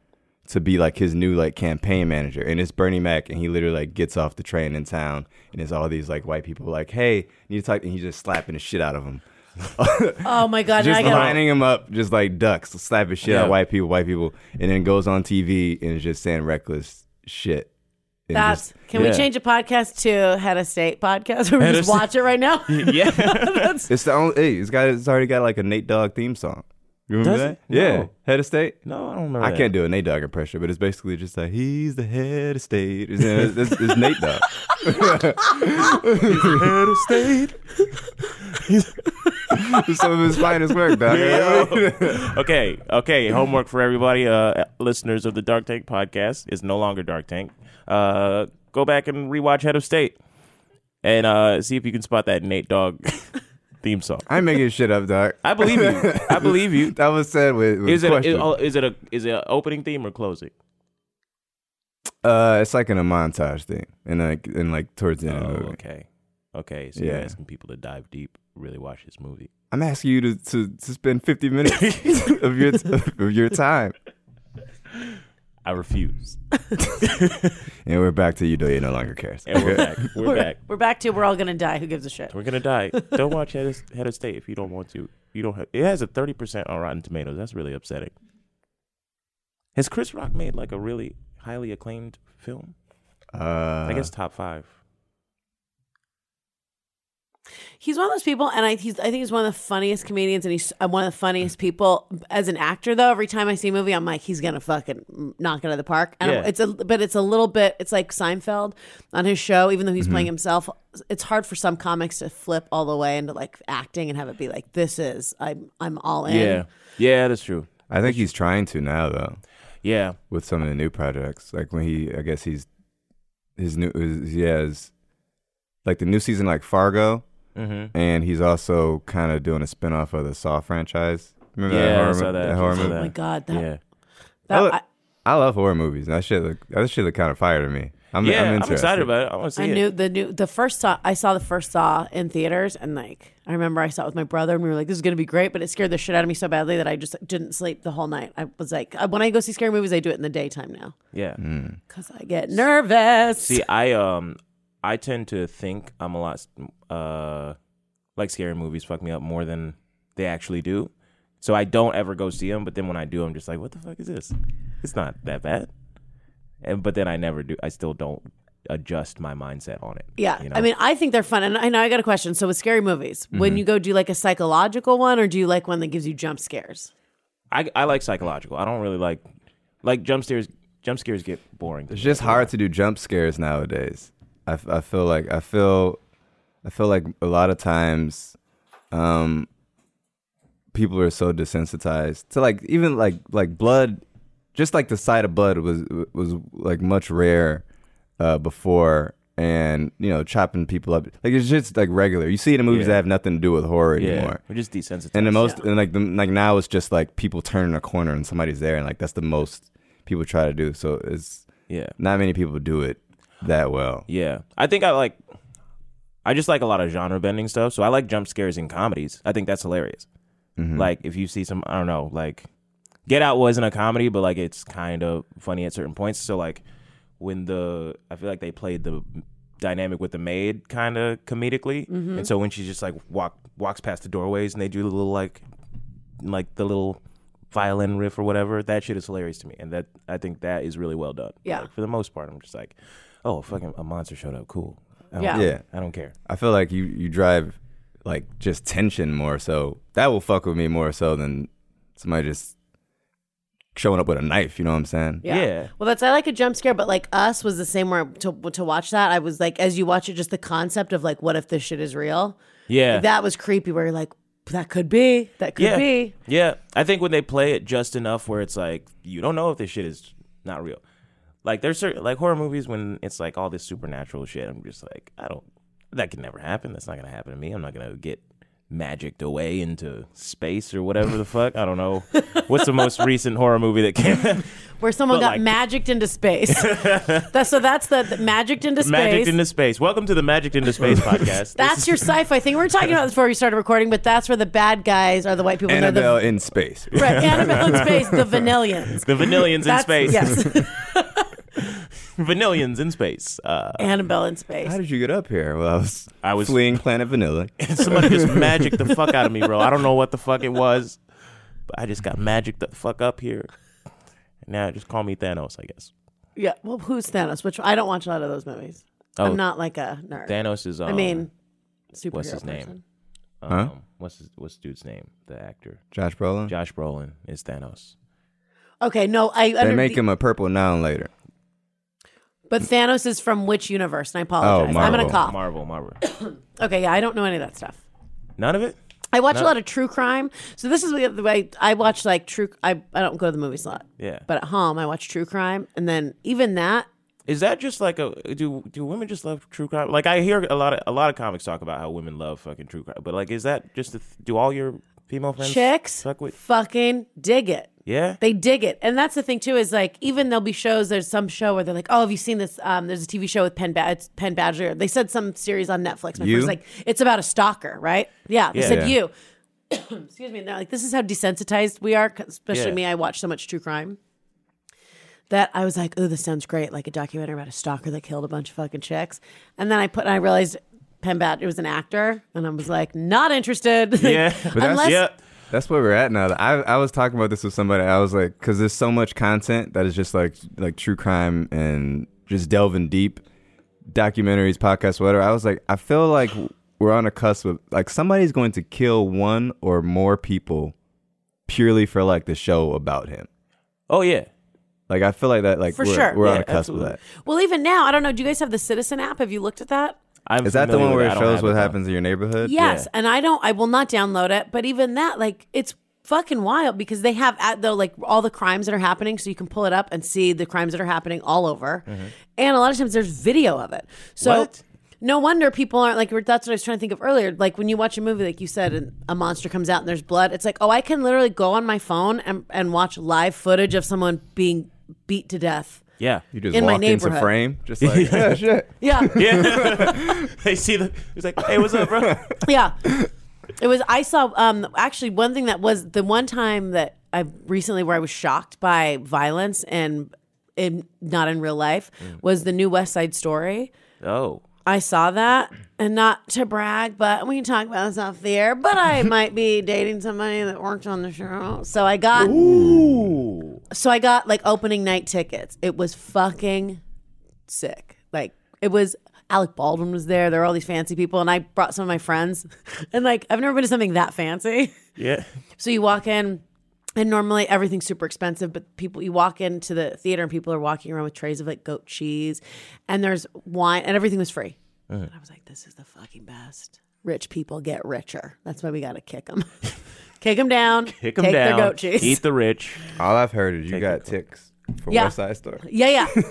[SPEAKER 4] to be like his new like campaign manager and it's Bernie Mac and he literally like gets off the train in town and it's all these like white people like hey need to talk and he's just slapping the shit out of him (laughs)
[SPEAKER 5] oh my God. now
[SPEAKER 4] just
[SPEAKER 5] I gotta-
[SPEAKER 4] lining him up just like ducks slapping shit out
[SPEAKER 3] Yeah.
[SPEAKER 4] out white people white people and then goes on TV and is just saying reckless shit And
[SPEAKER 5] That's.
[SPEAKER 4] just-
[SPEAKER 5] Can
[SPEAKER 4] yeah.
[SPEAKER 5] we change a podcast to Head of State podcast? (laughs) Or we
[SPEAKER 3] Head of
[SPEAKER 5] just watch it right now?
[SPEAKER 3] (laughs)
[SPEAKER 4] (laughs)
[SPEAKER 3] yeah.
[SPEAKER 5] That's-
[SPEAKER 4] it's the only hey, it's got it's already got like a Nate Dogg theme song you remember
[SPEAKER 3] Does
[SPEAKER 4] that
[SPEAKER 3] it? No.
[SPEAKER 4] yeah head of state
[SPEAKER 3] No, I don't remember.
[SPEAKER 4] I
[SPEAKER 3] that.
[SPEAKER 4] can't do a Nate Dogg impression but it's basically just like he's the head of state it's, it's, it's Nate
[SPEAKER 3] (laughs)
[SPEAKER 4] Dogg
[SPEAKER 3] Head of state.
[SPEAKER 4] (laughs) some of his finest work dog
[SPEAKER 3] (laughs) okay, okay. Homework for everybody, uh, listeners of the Dark Tank podcast is no longer Dark Tank. Uh, go back and rewatch Head of State, and uh, see if you can spot that Nate Dogg (laughs) theme song.
[SPEAKER 4] I'm making shit up, dog.
[SPEAKER 3] I believe you. I believe
[SPEAKER 4] (laughs)
[SPEAKER 3] you.
[SPEAKER 4] That was said with, with
[SPEAKER 3] Is it, a,
[SPEAKER 4] question.
[SPEAKER 3] is, oh, is it a is it a opening theme or closing?
[SPEAKER 4] uh, it's like in a montage thing, and like and like towards the end. of the
[SPEAKER 3] Oh,
[SPEAKER 4] movie.
[SPEAKER 3] okay, okay. So you're
[SPEAKER 4] Yeah.
[SPEAKER 3] asking people to dive deep, really watch this movie.
[SPEAKER 4] I'm asking you to, to, to spend
[SPEAKER 3] (laughs)
[SPEAKER 4] 50 minutes of your of your time,
[SPEAKER 3] I refuse.
[SPEAKER 4] and we're back to you. Though you no longer cares.
[SPEAKER 3] And (laughs) we're back. We're back.
[SPEAKER 5] We're back to We're All Gonna Die. Who gives a shit?
[SPEAKER 3] We're gonna die. Don't watch Head of, Head of State if you don't want to. You don't have. It has a thirty percent on Rotten Tomatoes. That's really upsetting. Has Chris Rock made like a really highly acclaimed film?
[SPEAKER 4] (laughs) Uh,
[SPEAKER 3] I guess top five.
[SPEAKER 5] He's one of those people, and I, he's, I think he's one of the funniest comedians, and he's uh, one of the funniest people as an actor. Though every time I see a movie, I'm like, he's gonna fucking knock it out of the park. And I'm-
[SPEAKER 3] Yeah.
[SPEAKER 5] it's a, but it's a little bit, it's like Seinfeld on his show. Even though
[SPEAKER 3] Mm-hmm.
[SPEAKER 5] he's playing himself, it's hard for some comics to flip all the way into like acting and have it be like, this is, I'm, I'm all in.
[SPEAKER 3] yeah, that's true.
[SPEAKER 4] I think he's trying to now though
[SPEAKER 3] Yeah,
[SPEAKER 4] with some of the new projects. Like when he, I guess he's his new his, he has like the new season like Fargo,
[SPEAKER 3] mm-hmm.
[SPEAKER 4] and he's also kind of doing a spin off of the Saw franchise. Remember
[SPEAKER 3] Yeah, I
[SPEAKER 4] that horror,
[SPEAKER 3] saw
[SPEAKER 4] mo-
[SPEAKER 3] that.
[SPEAKER 4] that horror
[SPEAKER 3] I saw
[SPEAKER 4] movie?
[SPEAKER 5] Oh my god, that,
[SPEAKER 3] yeah.
[SPEAKER 5] that
[SPEAKER 4] Oh,
[SPEAKER 5] I,
[SPEAKER 4] I love horror movies. That shit look that shit look kind of fire to me. I'm,
[SPEAKER 3] yeah,
[SPEAKER 4] I'm,
[SPEAKER 3] I'm,
[SPEAKER 4] interested.
[SPEAKER 3] excited about it. I want to see
[SPEAKER 5] I
[SPEAKER 3] it.
[SPEAKER 5] knew the new the first saw I saw the first saw in theaters and like I remember I saw it with my brother and we were like this is gonna be great but it scared the shit out of me so badly that I just didn't sleep the whole night I was like I- when I go see scary movies I do it in the daytime now
[SPEAKER 3] yeah.
[SPEAKER 5] because I get nervous
[SPEAKER 3] See, I um, I tend to think I'm a lot uh, like scary movies fuck me up more than they actually do. So I don't ever go see them. But then when I do, I'm just like, what the fuck is this? It's not that bad. And but then I never do. I still don't adjust my mindset on it.
[SPEAKER 5] yeah
[SPEAKER 3] you know? Mm-hmm.
[SPEAKER 5] I mean I think they're fun and I know I got a question so with scary movies when you go do you like a psychological one or do you like one that gives you jump scares
[SPEAKER 3] I I like psychological. I don't really like like jump scares. Jump scares get boring.
[SPEAKER 4] It's just hard to do jump scares nowadays. I, f- I feel like I feel I feel like a lot of times um people are so desensitized to like even like like blood just like the sight of blood was was like much rare uh before and you know chopping people up like it's just like regular you see it in movies
[SPEAKER 3] Yeah.
[SPEAKER 4] that have nothing to do with horror
[SPEAKER 3] yeah,
[SPEAKER 4] anymore
[SPEAKER 3] we're just desensitized.
[SPEAKER 4] And the most, and like, the, like now it's just like people turning a corner and somebody's there, and like that's the most people try to do. So it's
[SPEAKER 3] yeah.
[SPEAKER 4] not many people do it that well.
[SPEAKER 3] Yeah. I think I like I just like a lot of genre bending stuff. So I like jump scares in comedies. I think that's hilarious. Like if you see some I don't know, like Get Out wasn't a comedy, but like it's kind of funny at certain points. So like when the I feel like they played the dynamic with the maid kind of comedically. And so when she just like walk walks past the doorways and they do the little like like the little violin riff or whatever, that shit is hilarious to me. And that I think that is really well done.
[SPEAKER 5] Yeah.
[SPEAKER 3] Like, for the most part, I'm just like, oh fucking a monster showed up. Cool. I don't,
[SPEAKER 5] Yeah.
[SPEAKER 4] Yeah,
[SPEAKER 3] I don't care.
[SPEAKER 4] I feel like you you drive like just tension more, so that will fuck with me more so than somebody just showing up with a knife. You know what I'm saying?
[SPEAKER 5] Yeah.
[SPEAKER 3] Yeah.
[SPEAKER 5] Well, that's I like a jump scare, but like Us was the same where to to watch that I was like, as you watch it, just the concept of like, what if this shit is real?
[SPEAKER 3] Yeah.
[SPEAKER 5] That was creepy. Where you're like, that could be, that could
[SPEAKER 3] yeah.
[SPEAKER 5] be.
[SPEAKER 3] Yeah. I think when they play it just enough where it's like you don't know if this shit is not real. Like there's certain like horror movies when it's like all this supernatural shit. I'm just like, I don't that could never happen. That's not gonna happen to me. I'm not gonna get magicked away into space or whatever the fuck. I don't know. What's the most recent horror movie that came out?
[SPEAKER 5] Where someone
[SPEAKER 3] But,
[SPEAKER 5] got
[SPEAKER 3] like-
[SPEAKER 5] magicked
[SPEAKER 3] (laughs)
[SPEAKER 5] into space. that's so that's the, the magicked into space.
[SPEAKER 3] Magicked into Space. Welcome to the Magicked into
[SPEAKER 5] (laughs)
[SPEAKER 3] Space podcast.
[SPEAKER 5] that's your sci-fi thing. We were talking about this before we started recording, but that's where the bad guys are the white people. They're
[SPEAKER 4] Annabelle
[SPEAKER 5] the
[SPEAKER 4] in space.
[SPEAKER 5] (laughs) right, Annabelle in
[SPEAKER 3] (laughs)
[SPEAKER 5] space, the Vanillions.
[SPEAKER 3] the Vanillions in
[SPEAKER 5] That's-
[SPEAKER 3] Space. (laughs)
[SPEAKER 5] Yes, (laughs)
[SPEAKER 3] Vanillions in Space. Uh,
[SPEAKER 5] Annabelle in
[SPEAKER 4] (laughs)
[SPEAKER 5] space.
[SPEAKER 4] How did you get up here? Well, I was
[SPEAKER 3] I was-
[SPEAKER 4] fleeing Planet Vanilla.
[SPEAKER 3] somebody just magicked the fuck out of me, bro. I don't know what the fuck it was, but I just got magicked the fuck up here. Now just call me Thanos, I guess.
[SPEAKER 5] Yeah. Well, who's Thanos? Which I don't watch a lot of those movies.
[SPEAKER 3] Oh.
[SPEAKER 5] I'm not like a nerd.
[SPEAKER 3] Thanos is. Um,
[SPEAKER 5] I mean, superhero
[SPEAKER 3] what's his name?
[SPEAKER 5] person.
[SPEAKER 3] um, what's his, what's dude's name? The actor
[SPEAKER 4] Josh Brolin.
[SPEAKER 3] Josh Brolin is Thanos.
[SPEAKER 5] Okay, no, I
[SPEAKER 4] They
[SPEAKER 5] under-
[SPEAKER 4] make him a purple noun later.
[SPEAKER 5] But Thanos is from which universe? And I apologize.
[SPEAKER 4] Oh,
[SPEAKER 5] I'm gonna
[SPEAKER 4] Marvel.
[SPEAKER 5] call.
[SPEAKER 3] Marvel, Marvel.
[SPEAKER 5] Okay, yeah, I don't know any of that stuff.
[SPEAKER 3] None of it.
[SPEAKER 5] I watch a lot of true crime. So this is the the way I watch like true. I I don't go to the movies a lot.
[SPEAKER 3] Yeah.
[SPEAKER 5] But at home, I watch true crime, and then even that.
[SPEAKER 3] Is that just like a do do women just love true crime? Like I hear a lot of a lot of comics talk about how women love fucking true crime, but like is that just a th- do all your female friends
[SPEAKER 5] Chicks
[SPEAKER 3] fuck with?
[SPEAKER 5] fucking dig it.
[SPEAKER 3] Yeah,
[SPEAKER 5] They dig it. And that's the thing too is like even there'll be shows there's some show where they're like, "Oh, have you seen this um there's a TV show with Penn, ba- it's Penn Badgley. or- They said some series on Netflix. My
[SPEAKER 4] You?
[SPEAKER 5] friend's like, "It's about a stalker, right?" Yeah, they
[SPEAKER 3] Yeah.
[SPEAKER 5] said
[SPEAKER 4] Yeah.
[SPEAKER 5] you. (coughs) Excuse me. and They're like, "This is how desensitized we are, 'cause- especially
[SPEAKER 3] Yeah.
[SPEAKER 5] me. I watch so much true crime." That I was like, "Oh, this sounds great, like a documentary about a stalker that killed a bunch of fucking chicks." And then I put and I realized Penn Badgley was an actor, and I was like, "Not interested." (laughs)
[SPEAKER 3] (laughs)
[SPEAKER 5] Like,
[SPEAKER 3] yeah,
[SPEAKER 4] that's-
[SPEAKER 5] unless
[SPEAKER 3] yeah.
[SPEAKER 4] That's where we're at now. I, I was talking about this with somebody. I was like, because there's so much content that is just like like true crime and just delving deep, documentaries, podcasts, whatever. I was like, I feel like we're on a cusp of like somebody's going to kill one or more people purely for like the show about him.
[SPEAKER 3] Oh yeah,
[SPEAKER 4] Like I feel like that. Like
[SPEAKER 5] For
[SPEAKER 4] we're,
[SPEAKER 5] sure.
[SPEAKER 4] we're on
[SPEAKER 3] Yeah,
[SPEAKER 4] a cusp
[SPEAKER 3] absolutely.
[SPEAKER 4] of that.
[SPEAKER 5] Well, even now, I don't know. Do you guys have the Citizen app? Have you looked at that?
[SPEAKER 3] I'm
[SPEAKER 4] Is that the
[SPEAKER 3] familiar
[SPEAKER 4] one
[SPEAKER 3] with
[SPEAKER 4] where it
[SPEAKER 3] I don't
[SPEAKER 4] shows
[SPEAKER 3] have
[SPEAKER 4] what
[SPEAKER 3] though.
[SPEAKER 4] happens in your neighborhood?
[SPEAKER 5] Yes, and I don't. I will not download it. But even that, like, it's fucking wild because they have at though like all the crimes that are happening, so you can pull it up and see the crimes that are happening all over. And a lot of times there's video of it. So.
[SPEAKER 3] What?
[SPEAKER 5] No wonder people aren't like. That's what I was trying to think of earlier. Like when you watch a movie, like you said, and a monster comes out and there's blood. It's like, oh, I can literally go on my phone and, and watch live footage of someone being beat to death.
[SPEAKER 3] Yeah, (laughs)
[SPEAKER 4] You just
[SPEAKER 5] In my
[SPEAKER 4] walk into
[SPEAKER 5] neighborhood.
[SPEAKER 4] frame, just like (laughs) yeah, shit.
[SPEAKER 5] Yeah,
[SPEAKER 3] yeah. they see the. It's like, hey, what's up,
[SPEAKER 4] (laughs)
[SPEAKER 3] bro?
[SPEAKER 5] (laughs) Yeah. It was I saw um actually one thing that was the one time that I recently where I was shocked by violence and in not in real life was the new West Side story.
[SPEAKER 3] Oh,
[SPEAKER 5] I saw that and not to brag, but we can talk about this off the air, but I might be dating somebody that worked on the show. So I got so I got like opening night tickets. It was fucking sick. Like it was Alec Baldwin was there. There were all these fancy people, and I brought some of my friends. (laughs) And like I've never been to something that fancy. (laughs)
[SPEAKER 3] yeah.
[SPEAKER 5] So you walk in, and normally everything's super expensive, but people you walk into the theater and people are walking around with trays of like goat cheese, and there's wine, and everything was free.
[SPEAKER 3] Uh-huh.
[SPEAKER 5] And I was like, this is the fucking best. Rich people get richer. That's why we got to kick them. (laughs) kick them down.
[SPEAKER 3] Kick them
[SPEAKER 5] take
[SPEAKER 3] down.
[SPEAKER 5] their goat cheese.
[SPEAKER 3] Eat the rich.
[SPEAKER 4] All I've heard is you got ticks for
[SPEAKER 5] Yeah.
[SPEAKER 4] West Side Story.
[SPEAKER 5] Yeah,
[SPEAKER 3] (laughs)
[SPEAKER 5] yeah.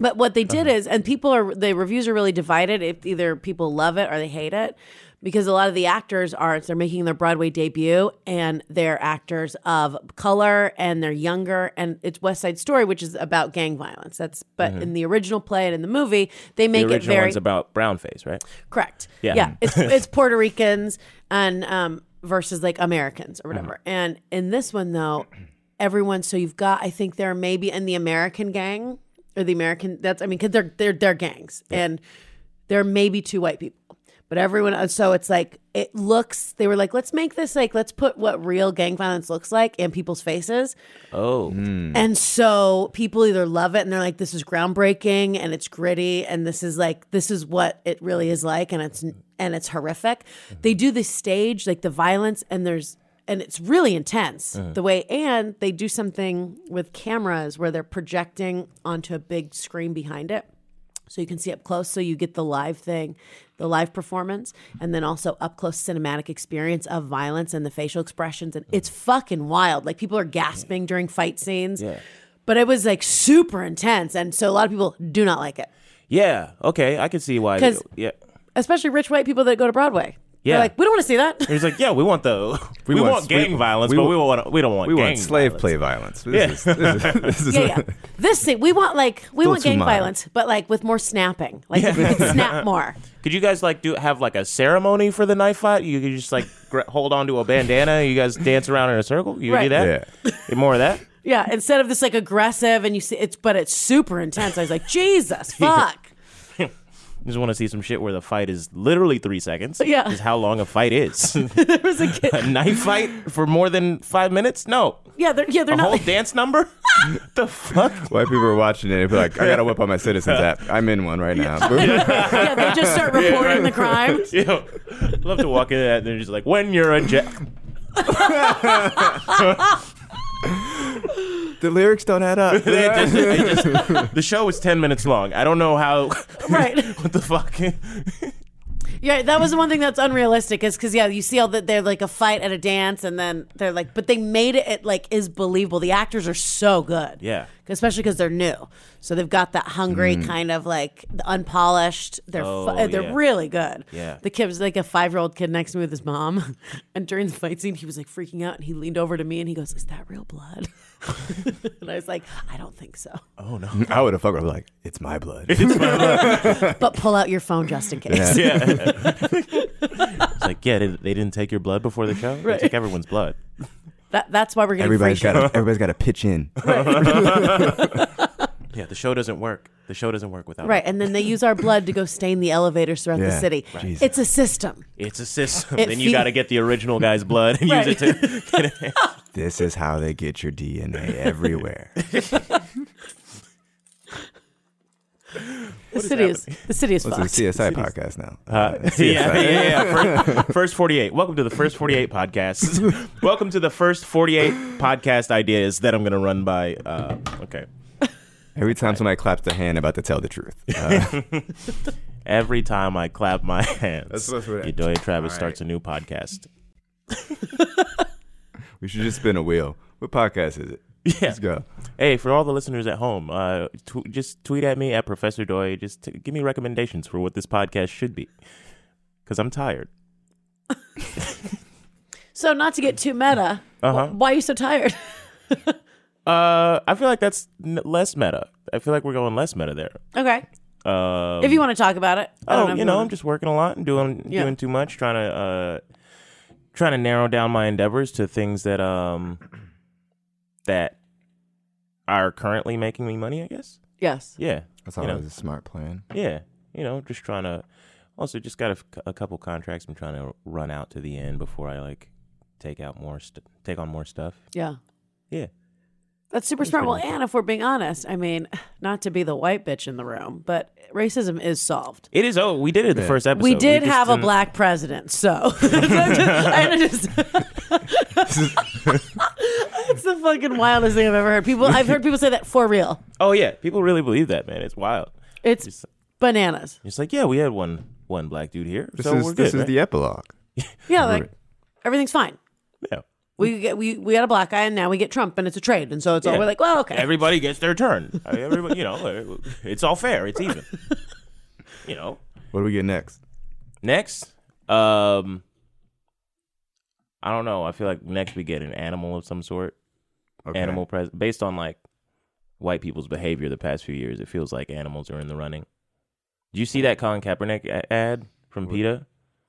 [SPEAKER 5] but what they
[SPEAKER 3] Uh-huh.
[SPEAKER 5] did is, and people are the reviews are really divided. If either people love it or they hate it, because a lot of the actors are they're making their Broadway debut and they're actors of color and they're younger. And it's West Side Story, which is about gang violence. That's but in the original play and in the movie, they (laughs) make
[SPEAKER 3] The
[SPEAKER 5] it
[SPEAKER 3] Mm-hmm. original
[SPEAKER 5] very
[SPEAKER 3] one's about brown face, right?
[SPEAKER 5] Correct.
[SPEAKER 3] Yeah.
[SPEAKER 5] Yeah. It's it's Puerto Ricans and um versus like Americans or whatever. And in this one though, everyone so you've got I think there may be in the American gang or the American that's I mean cuz they're they're they're gangs and there may be two white people. But everyone uh, so it's like it looks they were like let's make this like let's put what real gang violence looks like in people's faces.
[SPEAKER 3] Oh,
[SPEAKER 4] Hmm.
[SPEAKER 5] And so people either love it and they're like, this is groundbreaking and it's gritty and this is like, this is what it really is like and it's and it's horrific. They do the stage, like the violence, and there's and it's really intense the way and they do something with cameras where they're projecting onto a big screen behind it so you can see up close so you get the live thing the live performance and then also up close cinematic experience of violence and the facial expressions and it's fucking wild like people are gasping during fight scenes but it was like super intense and so a lot of people do not like it
[SPEAKER 3] Yeah. Okay. I can see why.
[SPEAKER 5] 'Cause-
[SPEAKER 3] Yeah.
[SPEAKER 5] especially rich white people that go to broadway
[SPEAKER 3] Yeah.
[SPEAKER 5] they're like we don't want to see that
[SPEAKER 3] He's like, yeah, we want the (laughs) we,
[SPEAKER 4] We
[SPEAKER 3] want,
[SPEAKER 4] want-
[SPEAKER 3] gang
[SPEAKER 4] we-
[SPEAKER 3] violence,
[SPEAKER 4] we
[SPEAKER 3] but
[SPEAKER 4] want-
[SPEAKER 3] we want we don't want
[SPEAKER 4] We
[SPEAKER 3] gang
[SPEAKER 4] want slave
[SPEAKER 3] violence.
[SPEAKER 4] play violence. This
[SPEAKER 3] Yeah.
[SPEAKER 4] is, this is, this
[SPEAKER 3] (laughs)
[SPEAKER 4] is
[SPEAKER 5] (laughs) yeah,
[SPEAKER 4] (laughs)
[SPEAKER 5] yeah. This thing we want like we
[SPEAKER 4] Still
[SPEAKER 5] want
[SPEAKER 4] too
[SPEAKER 5] gang
[SPEAKER 4] mild.
[SPEAKER 5] violence, but like with more snapping. Like if we
[SPEAKER 4] (laughs)
[SPEAKER 5] could snap more.
[SPEAKER 3] Could you guys like do have like a ceremony for the knife fight? You could just like gra- hold on to a bandana. You guys dance around in a circle. You could do
[SPEAKER 5] Right.
[SPEAKER 3] that. Yeah. More of that.
[SPEAKER 5] Yeah, instead of this like aggressive and you see it's but it's super intense. I was like,
[SPEAKER 4] (laughs)
[SPEAKER 5] Jesus, fuck. (laughs)
[SPEAKER 3] Just want to see some shit where the fight is literally three seconds.
[SPEAKER 5] Yeah.
[SPEAKER 3] is how long a fight
[SPEAKER 5] (laughs)
[SPEAKER 3] is.
[SPEAKER 5] there was a kid.
[SPEAKER 3] a knife fight for more than five minutes? No,
[SPEAKER 5] Yeah, they're yeah they're
[SPEAKER 3] a
[SPEAKER 5] not.
[SPEAKER 3] whole dance
[SPEAKER 5] (laughs)
[SPEAKER 3] number. the fuck?
[SPEAKER 4] White people are watching it. They'd be like, I got to whip on my citizens app. I'm in one right now.
[SPEAKER 5] yeah, they
[SPEAKER 3] (laughs)
[SPEAKER 5] just start reporting the crime.
[SPEAKER 3] Yo, love to walk in that and they're just like, when you're a jack.
[SPEAKER 4] the lyrics don't add up.
[SPEAKER 3] They just- they just- the show is ten minutes long. I don't know how. (laughs)
[SPEAKER 5] Right.
[SPEAKER 3] what the fuck?
[SPEAKER 5] Yeah, that was the one thing that's unrealistic is because yeah, you see all that they're like a fight at a dance, and then they're like, but they made it, it like is believable. The actors are so good,
[SPEAKER 3] Yeah. Mm.
[SPEAKER 5] especially because they're new, so they've got that hungry kind of like the unpolished. They're fu-
[SPEAKER 3] Oh,
[SPEAKER 5] they're
[SPEAKER 3] yeah.
[SPEAKER 5] really good.
[SPEAKER 3] Yeah.
[SPEAKER 5] the kid was like a five year old kid next to me with his mom, (laughs) and during the fight scene, he was like freaking out, and he leaned over to me and he goes, "Is that real blood?" (laughs) and I was like, "I don't think so,
[SPEAKER 4] (laughs) I would have fucked up like, it's my blood.
[SPEAKER 5] but pull out your phone just in case."
[SPEAKER 3] (laughs) Yeah. it's like, yeah, they, they didn't take your blood before the show. They took everyone's blood.
[SPEAKER 5] That, that's why we're getting free
[SPEAKER 4] Everybody's
[SPEAKER 5] shit.
[SPEAKER 4] got to everybody's got to pitch in.
[SPEAKER 3] Yeah, the show doesn't work. The show doesn't work without.
[SPEAKER 5] Right,
[SPEAKER 3] it.
[SPEAKER 5] and then they use our blood to go stain the elevators throughout the
[SPEAKER 4] Yeah,
[SPEAKER 5] city.
[SPEAKER 4] right. Jesus.
[SPEAKER 5] It's a system.
[SPEAKER 3] It's a system.
[SPEAKER 5] It
[SPEAKER 3] then you
[SPEAKER 5] fe-
[SPEAKER 3] got to get the original guy's blood
[SPEAKER 5] (laughs)
[SPEAKER 3] and
[SPEAKER 5] Right.
[SPEAKER 3] use it to.
[SPEAKER 4] This is how they get your DNA
[SPEAKER 3] (laughs)
[SPEAKER 4] everywhere.
[SPEAKER 5] The city is, the city is
[SPEAKER 4] It's a
[SPEAKER 5] fucked.
[SPEAKER 4] CSI podcast now.
[SPEAKER 3] Uh, (laughs) yeah, yeah, yeah. (laughs) First, first 48. Welcome to the first 48 podcast. (laughs) Welcome to the first 48 podcast ideas that I'm going to run by. Uh, okay.
[SPEAKER 4] Every time somebody claps their hand, about to tell the truth. Uh,
[SPEAKER 3] (laughs) Every time I clap my (laughs) hands,
[SPEAKER 4] That's what's what-
[SPEAKER 3] Edoya Travis starts a new podcast.
[SPEAKER 4] we should just spin a wheel. What podcast is it?
[SPEAKER 3] Yeah.
[SPEAKER 4] Let's go.
[SPEAKER 3] Hey, for all the listeners at home, uh, tw- just tweet at me at Professor Doy. Just t- give me recommendations for what this podcast should be, because I'm tired.
[SPEAKER 5] So, not to get too meta,
[SPEAKER 3] Uh-huh.
[SPEAKER 5] wh- why are you so tired? (laughs)
[SPEAKER 3] Uh, I feel like that's n- less meta. I feel like we're going less meta there.
[SPEAKER 5] okay,
[SPEAKER 3] Um,
[SPEAKER 5] if you want to talk about it. I don't
[SPEAKER 3] oh,
[SPEAKER 5] if
[SPEAKER 3] you know,
[SPEAKER 5] wanna-
[SPEAKER 3] I'm just working a lot and doing
[SPEAKER 5] Yeah.
[SPEAKER 3] doing too much, trying to uh, trying to narrow down my endeavors to things that um that are currently making me money. I guess.
[SPEAKER 5] yes.
[SPEAKER 3] Yeah,
[SPEAKER 4] That's
[SPEAKER 3] You know.
[SPEAKER 4] always a smart plan.
[SPEAKER 3] yeah. You know, just trying to. Also, just got a, f- a couple contracts. I'm trying to run out to the end before I like take out more st- take on more stuff.
[SPEAKER 5] Yeah.
[SPEAKER 3] Yeah.
[SPEAKER 5] That's super smart. Well,
[SPEAKER 3] pretty-
[SPEAKER 5] and if we're being honest, I mean, (sighs) not to be the white bitch in the room, but racism is solved.
[SPEAKER 3] It is. Oh, we did it the first episode.
[SPEAKER 5] we did
[SPEAKER 3] just
[SPEAKER 5] have a
[SPEAKER 3] didn't-
[SPEAKER 5] black president, so (laughs) I just- (laughs) it's the fucking wildest thing I've ever heard. People, I've heard people say that for real.
[SPEAKER 3] Oh yeah, people really believe that, man. It's wild.
[SPEAKER 5] It's
[SPEAKER 3] Just-
[SPEAKER 5] bananas.
[SPEAKER 3] It's like, yeah, we had one one black dude here,
[SPEAKER 4] This
[SPEAKER 3] so
[SPEAKER 4] is
[SPEAKER 3] we're good.
[SPEAKER 4] this is
[SPEAKER 3] right?
[SPEAKER 4] the epilogue.
[SPEAKER 5] Yeah, like everything's fine.
[SPEAKER 3] yeah.
[SPEAKER 5] We get we we had a black guy and now we get Trump and it's a trade and so it's all
[SPEAKER 3] Yeah.
[SPEAKER 5] we're like, well, okay.
[SPEAKER 3] Everybody gets their turn. I mean, everybody, you know, it's all fair. It's even. you know.
[SPEAKER 4] What do we get next?
[SPEAKER 3] Next, um, I don't know. I feel like next we get an animal of some sort.
[SPEAKER 4] Okay.
[SPEAKER 3] Animal pres based on like white people's behavior the past few years. It feels like animals are in the running. Did you see that Colin Kaepernick a- ad from PETA?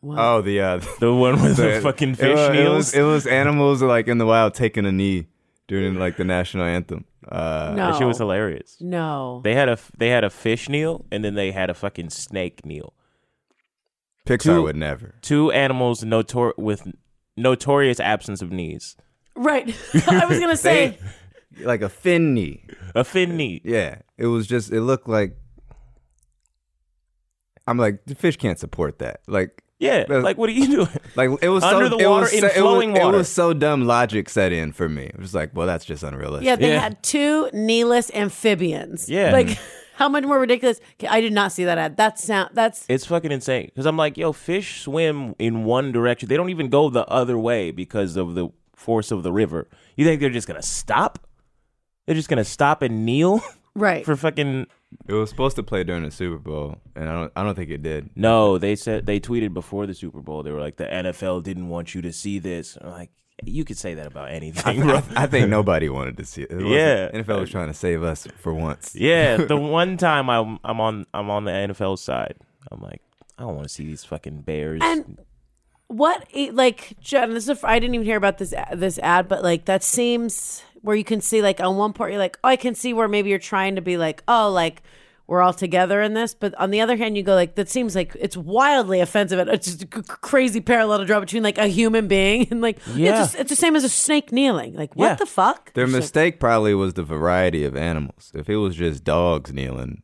[SPEAKER 4] Oh, the uh,
[SPEAKER 3] The one with the,
[SPEAKER 4] (laughs) the-
[SPEAKER 3] fucking
[SPEAKER 4] it
[SPEAKER 3] fish
[SPEAKER 4] was- It
[SPEAKER 3] meals.
[SPEAKER 4] was, it was animals like in the wild taking a knee during like the national anthem. Uh,
[SPEAKER 5] no,
[SPEAKER 3] That shit was hilarious.
[SPEAKER 5] no.
[SPEAKER 3] They had a they had a fish kneel and then they had a fucking snake kneel.
[SPEAKER 4] Pixar
[SPEAKER 3] Two-
[SPEAKER 4] would never.
[SPEAKER 3] Two animals notor- with notorious absence of knees.
[SPEAKER 5] right. (laughs) I
[SPEAKER 3] (laughs)
[SPEAKER 5] was gonna say
[SPEAKER 4] Like a fin knee.
[SPEAKER 3] A fin knee.
[SPEAKER 4] Yeah, it was just it looked like I'm like the fish can't support that. Like
[SPEAKER 3] Yeah,
[SPEAKER 4] That's-
[SPEAKER 3] like what are you (laughs) doing?
[SPEAKER 4] Like it was
[SPEAKER 3] Under
[SPEAKER 4] so,
[SPEAKER 3] the
[SPEAKER 4] it
[SPEAKER 3] water
[SPEAKER 4] was
[SPEAKER 3] in
[SPEAKER 4] so- it was-
[SPEAKER 3] flowing
[SPEAKER 4] It
[SPEAKER 3] water.
[SPEAKER 4] was so dumb logic set in for me. It was like, well, that's just unrealistic.
[SPEAKER 5] Yeah, they
[SPEAKER 3] Yeah.
[SPEAKER 5] had two kneeless amphibians.
[SPEAKER 3] Yeah.
[SPEAKER 5] like (laughs) how much more ridiculous? Okay, I did not see that ad. That sound. That's
[SPEAKER 3] It's fucking insane. Because I'm like, yo, fish swim in one direction. They don't even go the other way because of the force of the river. You think they're just gonna stop? They're just gonna stop and kneel (laughs)
[SPEAKER 5] right.
[SPEAKER 3] for fucking
[SPEAKER 4] It was supposed to play during the Super Bowl, and I don't I don't think it did.
[SPEAKER 3] No, they said they tweeted before the Super Bowl. They were like, the NFL didn't want you to see this. I'm like, you could say that about anything, (laughs) bro.
[SPEAKER 4] (laughs) I, I think nobody wanted to see it. It wasn't-
[SPEAKER 3] Yeah.
[SPEAKER 4] NFL was trying to save us for once. (laughs)
[SPEAKER 3] yeah, the one time I'm I'm on I'm on the NFL side. I'm like, I don't want to see these fucking bears.
[SPEAKER 5] And what i- like John? This is a, I didn't even hear about this a- this ad, but like that seems where you can see like on one part you're like, oh, I can see where maybe you're trying to be like, oh, like we're all together in this, but on the other hand, you go like that seems like it's wildly offensive. and It's just a c- crazy parallel to draw between like a human being and like
[SPEAKER 3] Yeah.
[SPEAKER 5] it's, just, it's the same as a snake kneeling. Like what
[SPEAKER 3] Yeah.
[SPEAKER 5] the fuck?
[SPEAKER 4] Their mistake probably was the variety of animals. If it was just dogs kneeling,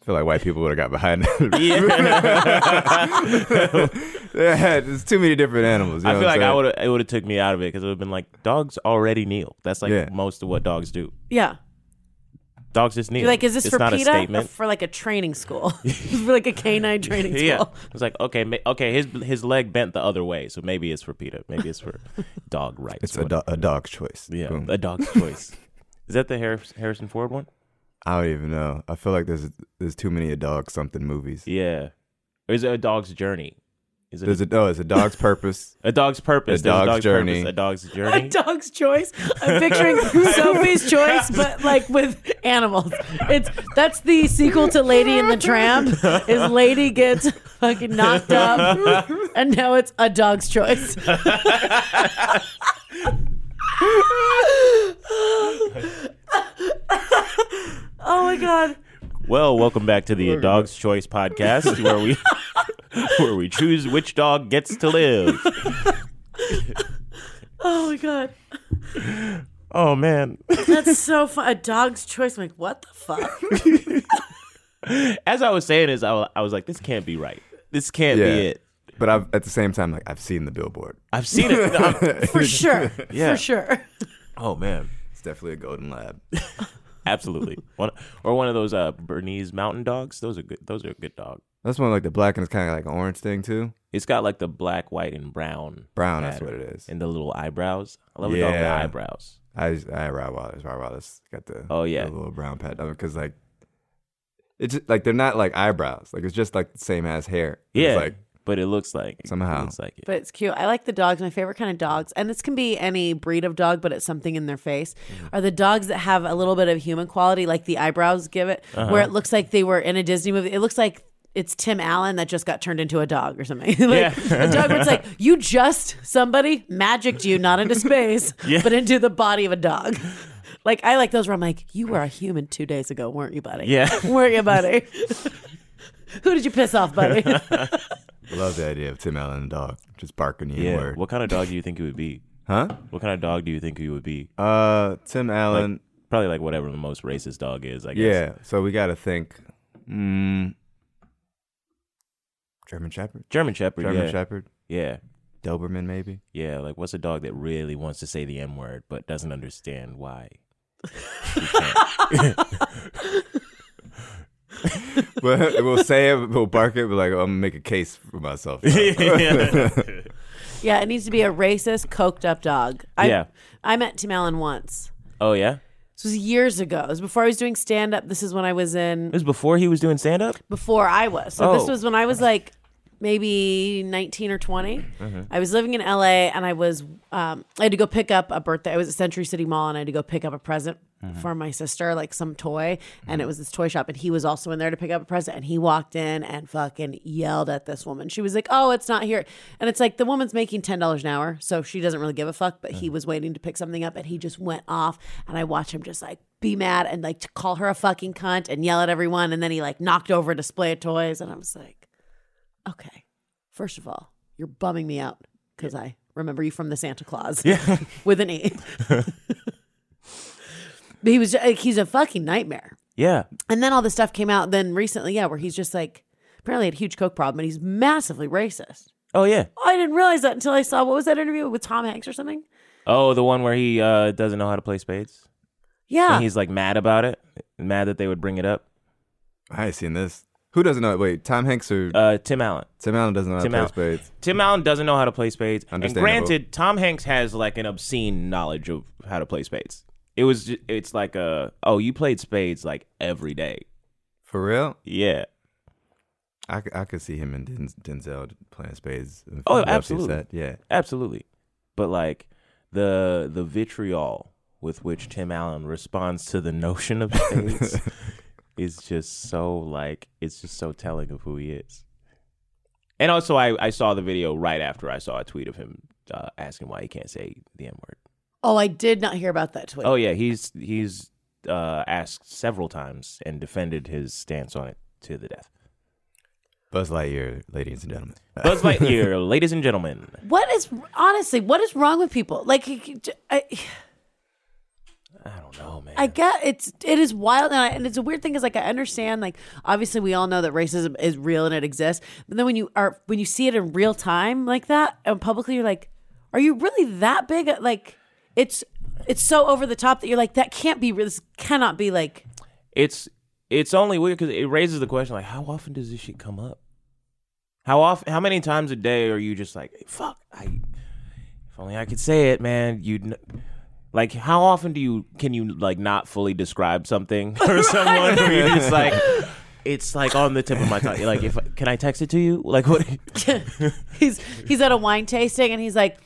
[SPEAKER 4] I feel like white people would have got behind them.
[SPEAKER 3] yeah, (laughs)
[SPEAKER 4] (laughs) yeah, there's too many different animals. you
[SPEAKER 3] I
[SPEAKER 4] know
[SPEAKER 3] feel
[SPEAKER 4] what
[SPEAKER 3] like I
[SPEAKER 4] I'm saying?
[SPEAKER 3] would it would have took me out of it because it would have been like dogs already kneel. That's like
[SPEAKER 4] Yeah.
[SPEAKER 3] most of what dogs do.
[SPEAKER 5] Yeah.
[SPEAKER 3] Dogs just kneel.
[SPEAKER 5] You're like, is this
[SPEAKER 3] it's
[SPEAKER 5] for
[SPEAKER 3] not
[SPEAKER 5] PETA
[SPEAKER 3] A
[SPEAKER 5] or
[SPEAKER 3] statement.
[SPEAKER 5] for like a training school? (laughs) for like (laughs)
[SPEAKER 3] (laughs)
[SPEAKER 5] a canine training school.
[SPEAKER 3] Yeah, it's like okay, ma- okay. His his leg bent the other way, so maybe it's for PETA. Maybe it's
[SPEAKER 4] (laughs)
[SPEAKER 3] for dog rights.
[SPEAKER 4] It's
[SPEAKER 3] whatever.
[SPEAKER 4] a, do- a dog's choice.
[SPEAKER 3] Yeah,
[SPEAKER 4] Boom.
[SPEAKER 3] a
[SPEAKER 4] (laughs)
[SPEAKER 3] dog's choice. Is that the Harris, Harrison Ford one?
[SPEAKER 4] I don't even know. I feel like there's there's too many a dog something movies.
[SPEAKER 3] Yeah. Or is it a dog's journey? Is it
[SPEAKER 4] There's a no. It's a dog's purpose.
[SPEAKER 3] a, dog's purpose?
[SPEAKER 4] A
[SPEAKER 3] There's
[SPEAKER 4] dog's journey.
[SPEAKER 3] Purpose, a dog's
[SPEAKER 5] (laughs) A
[SPEAKER 3] journey.
[SPEAKER 5] dog's choice. I'm (laughs) picturing Sophie's choice, but like with animals. It's that's the sequel to Lady and the Tramp. Is Lady gets fucking knocked up, and now it's a dog's choice. oh my god!
[SPEAKER 3] well, welcome back to the A Dog's Choice
[SPEAKER 4] (laughs)
[SPEAKER 3] podcast, where we (laughs) where we choose which dog gets to live.
[SPEAKER 5] (laughs) Oh my god!
[SPEAKER 3] Oh man! (laughs)
[SPEAKER 5] That's so fun. A dog's choice. I'm like, what the fuck?
[SPEAKER 3] As I was saying, is I, wa- I was like, this can't be right. This can't
[SPEAKER 4] Yeah.
[SPEAKER 3] be it.
[SPEAKER 4] But I've, at the same time, like I've seen the billboard.
[SPEAKER 3] I've seen
[SPEAKER 4] (laughs)
[SPEAKER 3] it. I'm-
[SPEAKER 5] For (laughs) sure.
[SPEAKER 3] Yeah.
[SPEAKER 5] For sure.
[SPEAKER 3] oh man!
[SPEAKER 4] It's definitely a golden lab.
[SPEAKER 3] Absolutely. One or one of those uh, Bernese Mountain Dogs. Those are good. Those are a good dog.
[SPEAKER 4] That's one like the black and it's kind of like an orange thing too.
[SPEAKER 3] It's got like the black, white, and brown.
[SPEAKER 4] Brown, that's
[SPEAKER 3] pattern.
[SPEAKER 4] what it is.
[SPEAKER 3] And the little eyebrows. I love a dog with
[SPEAKER 4] Yeah.
[SPEAKER 3] eyebrows.
[SPEAKER 4] I just, I had Rottweilers. Rottweilers got the
[SPEAKER 3] Oh, yeah.
[SPEAKER 4] the little brown pad because like it's just, like they're not like eyebrows. Like it's just like the same as hair. It's
[SPEAKER 3] Yeah,
[SPEAKER 4] like
[SPEAKER 3] but it looks like it
[SPEAKER 4] Somehow.
[SPEAKER 3] looks like it.
[SPEAKER 5] But it's cute. I like the dogs. My favorite kind of dogs, and this can be any breed of dog, but it's something in their face,
[SPEAKER 3] Mm-hmm.
[SPEAKER 5] are the dogs that have a little bit of human quality, like the eyebrows give it,
[SPEAKER 3] Uh-huh.
[SPEAKER 5] where it looks like they were in a Disney movie. It looks like it's Tim Allen that just got turned into a dog or something. (laughs) like
[SPEAKER 3] Yeah.
[SPEAKER 5] a dog where it's like, you just, somebody magicked you, not
[SPEAKER 3] (laughs)
[SPEAKER 5] into space, but into the body of a dog. (laughs) Like, I like those where I'm like, you were a human two days ago, weren't you, buddy?
[SPEAKER 3] Yeah.
[SPEAKER 5] (laughs) weren't you, buddy? Who did you piss
[SPEAKER 3] (laughs)
[SPEAKER 5] off, buddy?
[SPEAKER 4] I love the idea of Tim Allen and dog just barking you
[SPEAKER 3] yeah.
[SPEAKER 4] word.
[SPEAKER 3] What kind of dog do you think it would be?
[SPEAKER 4] Huh?
[SPEAKER 3] What kind of dog do you think it would be?
[SPEAKER 4] Uh, Tim Allen.
[SPEAKER 3] Probably like whatever the most racist dog is. I guess.
[SPEAKER 4] yeah. So we got to think. Mm, German Shepherd.
[SPEAKER 3] German Shepherd.
[SPEAKER 4] German
[SPEAKER 3] yeah.
[SPEAKER 4] Shepherd.
[SPEAKER 3] Yeah.
[SPEAKER 4] Doberman maybe. (laughs)
[SPEAKER 3] Yeah. Like, what's a dog that really wants to say the N word but doesn't understand why?
[SPEAKER 4] (laughs) but we'll say it. We'll bark it. But like I'm gonna make a case for myself.
[SPEAKER 3] (laughs)
[SPEAKER 5] Yeah, it needs to be a racist, coked up dog. I,
[SPEAKER 3] Yeah.
[SPEAKER 5] I met Tim Allen once.
[SPEAKER 3] Oh yeah.
[SPEAKER 5] This was years ago. It was before I was doing stand up. This is when I was in,
[SPEAKER 3] It was before he was doing stand up.
[SPEAKER 5] before I was. So this
[SPEAKER 3] Oh.
[SPEAKER 5] was when I was like maybe 19 or 20. I was living in LA and I was, um, I had to go pick up a birthday. I was at Century City Mall and I had to go pick up a present. For my sister, like some toy, and it was this toy shop, and he was also in there to pick up a present. And he walked in and fucking yelled at this woman. She was like, "Oh, it's not here," and it's like the woman's making ten dollars an hour, so she doesn't really give a fuck. But he was waiting to pick something up, and he just went off. And I watched him just like be mad and like to call her a fucking cunt and yell at everyone. And then he like knocked over a display of toys. And I was like, okay, first of all, you're bumming me out because I remember you from the Santa Claus
[SPEAKER 3] Yeah.
[SPEAKER 5] (laughs) with an E. but he was, like, he's a fucking nightmare.
[SPEAKER 3] yeah.
[SPEAKER 5] And then all this stuff came out then recently, yeah, where he's just like, apparently had a huge coke problem, and he's massively racist.
[SPEAKER 3] Oh yeah.
[SPEAKER 5] Oh, I didn't realize that until I saw what was that interview with Tom Hanks or something.
[SPEAKER 3] Oh, the one where he uh, doesn't know how to play spades.
[SPEAKER 5] Yeah,
[SPEAKER 3] And he's like mad about it, mad that they would bring it up.
[SPEAKER 4] I ain't seen this. Who doesn't know? Wait, Tom Hanks or
[SPEAKER 3] Uh, Tim Allen.
[SPEAKER 4] Tim Allen doesn't know how
[SPEAKER 3] Tim
[SPEAKER 4] to
[SPEAKER 3] Allen.
[SPEAKER 4] play spades.
[SPEAKER 3] Tim Allen doesn't know how to play spades. And
[SPEAKER 4] Understandable.
[SPEAKER 3] granted, Tom Hanks has like an obscene knowledge of how to play spades. It was ju- it's like a oh you played spades like every day.
[SPEAKER 4] For real?
[SPEAKER 3] Yeah.
[SPEAKER 4] I, c- I could see him and Den- Denzel playing spades. in a
[SPEAKER 3] Oh,
[SPEAKER 4] Philadelphia
[SPEAKER 3] absolutely.
[SPEAKER 4] set. Yeah.
[SPEAKER 3] Absolutely. But like the the vitriol with which Tim Allen responds to the notion of spades is just so like it's just so telling of who he is. And also I, I saw the video right after I saw a tweet of him uh, asking why he can't say the N word.
[SPEAKER 5] Oh, I did not hear about that tweet.
[SPEAKER 3] Oh yeah, he's he's uh, asked several times and defended his stance on it to the death.
[SPEAKER 4] Buzz Lightyear, ladies and gentlemen.
[SPEAKER 3] Buzz Lightyear, ladies and gentlemen.
[SPEAKER 5] What is honestly? What is wrong with people? Like, I,
[SPEAKER 3] I don't know, man.
[SPEAKER 5] I get it's it is wild, and, I, and it's a weird thing. Is like I understand. Like obviously, we all know that racism is real and it exists. But then when you are when you see it in real time like that and publicly, you're like, are you really that big? at- Like, it's it's so over the top that you're like, that can't be real. This cannot be like. (laughs)
[SPEAKER 3] it's it's only weird because it raises the question like, how often does this shit come up? How often? How many times a day are you just like, fuck? I if only I could say it, man. You'd. kn- like how often do you can you like not fully describe something (laughs) for someone where you're just like it's like on the tip of my tongue like if can I text it to you like what
[SPEAKER 5] he's he's at a wine tasting and he's like,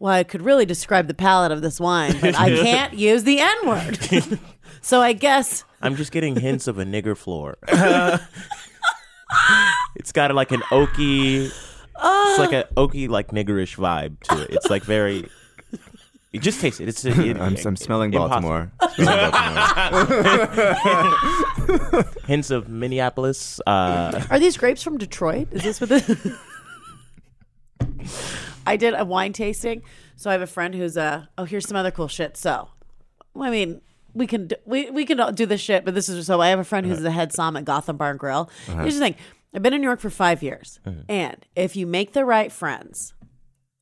[SPEAKER 5] "Well, I could really describe the palate of this wine, but I can't use the N word." (laughs) so I guess
[SPEAKER 3] I'm just getting hints of a nigger (laughs) floor. it's got like an oaky, it's like an oaky, like niggerish vibe to it. It's like very. You just taste it. It's. It, it-
[SPEAKER 4] Uh, I'm, I'm smelling
[SPEAKER 3] impossible. (laughs)
[SPEAKER 4] Baltimore. Smelling Baltimore.
[SPEAKER 3] Hints of Minneapolis. Uh,
[SPEAKER 5] are these grapes from Detroit? Is this what the? I did a wine tasting, so I have a friend who's a. Oh, here's some other cool shit. So, I mean. We can do, we we can do this shit, but this is so. I have a friend who's the head som at Gotham Bar and Grill. Here's the thing: I've been in New York for five years, and if you make the right friends,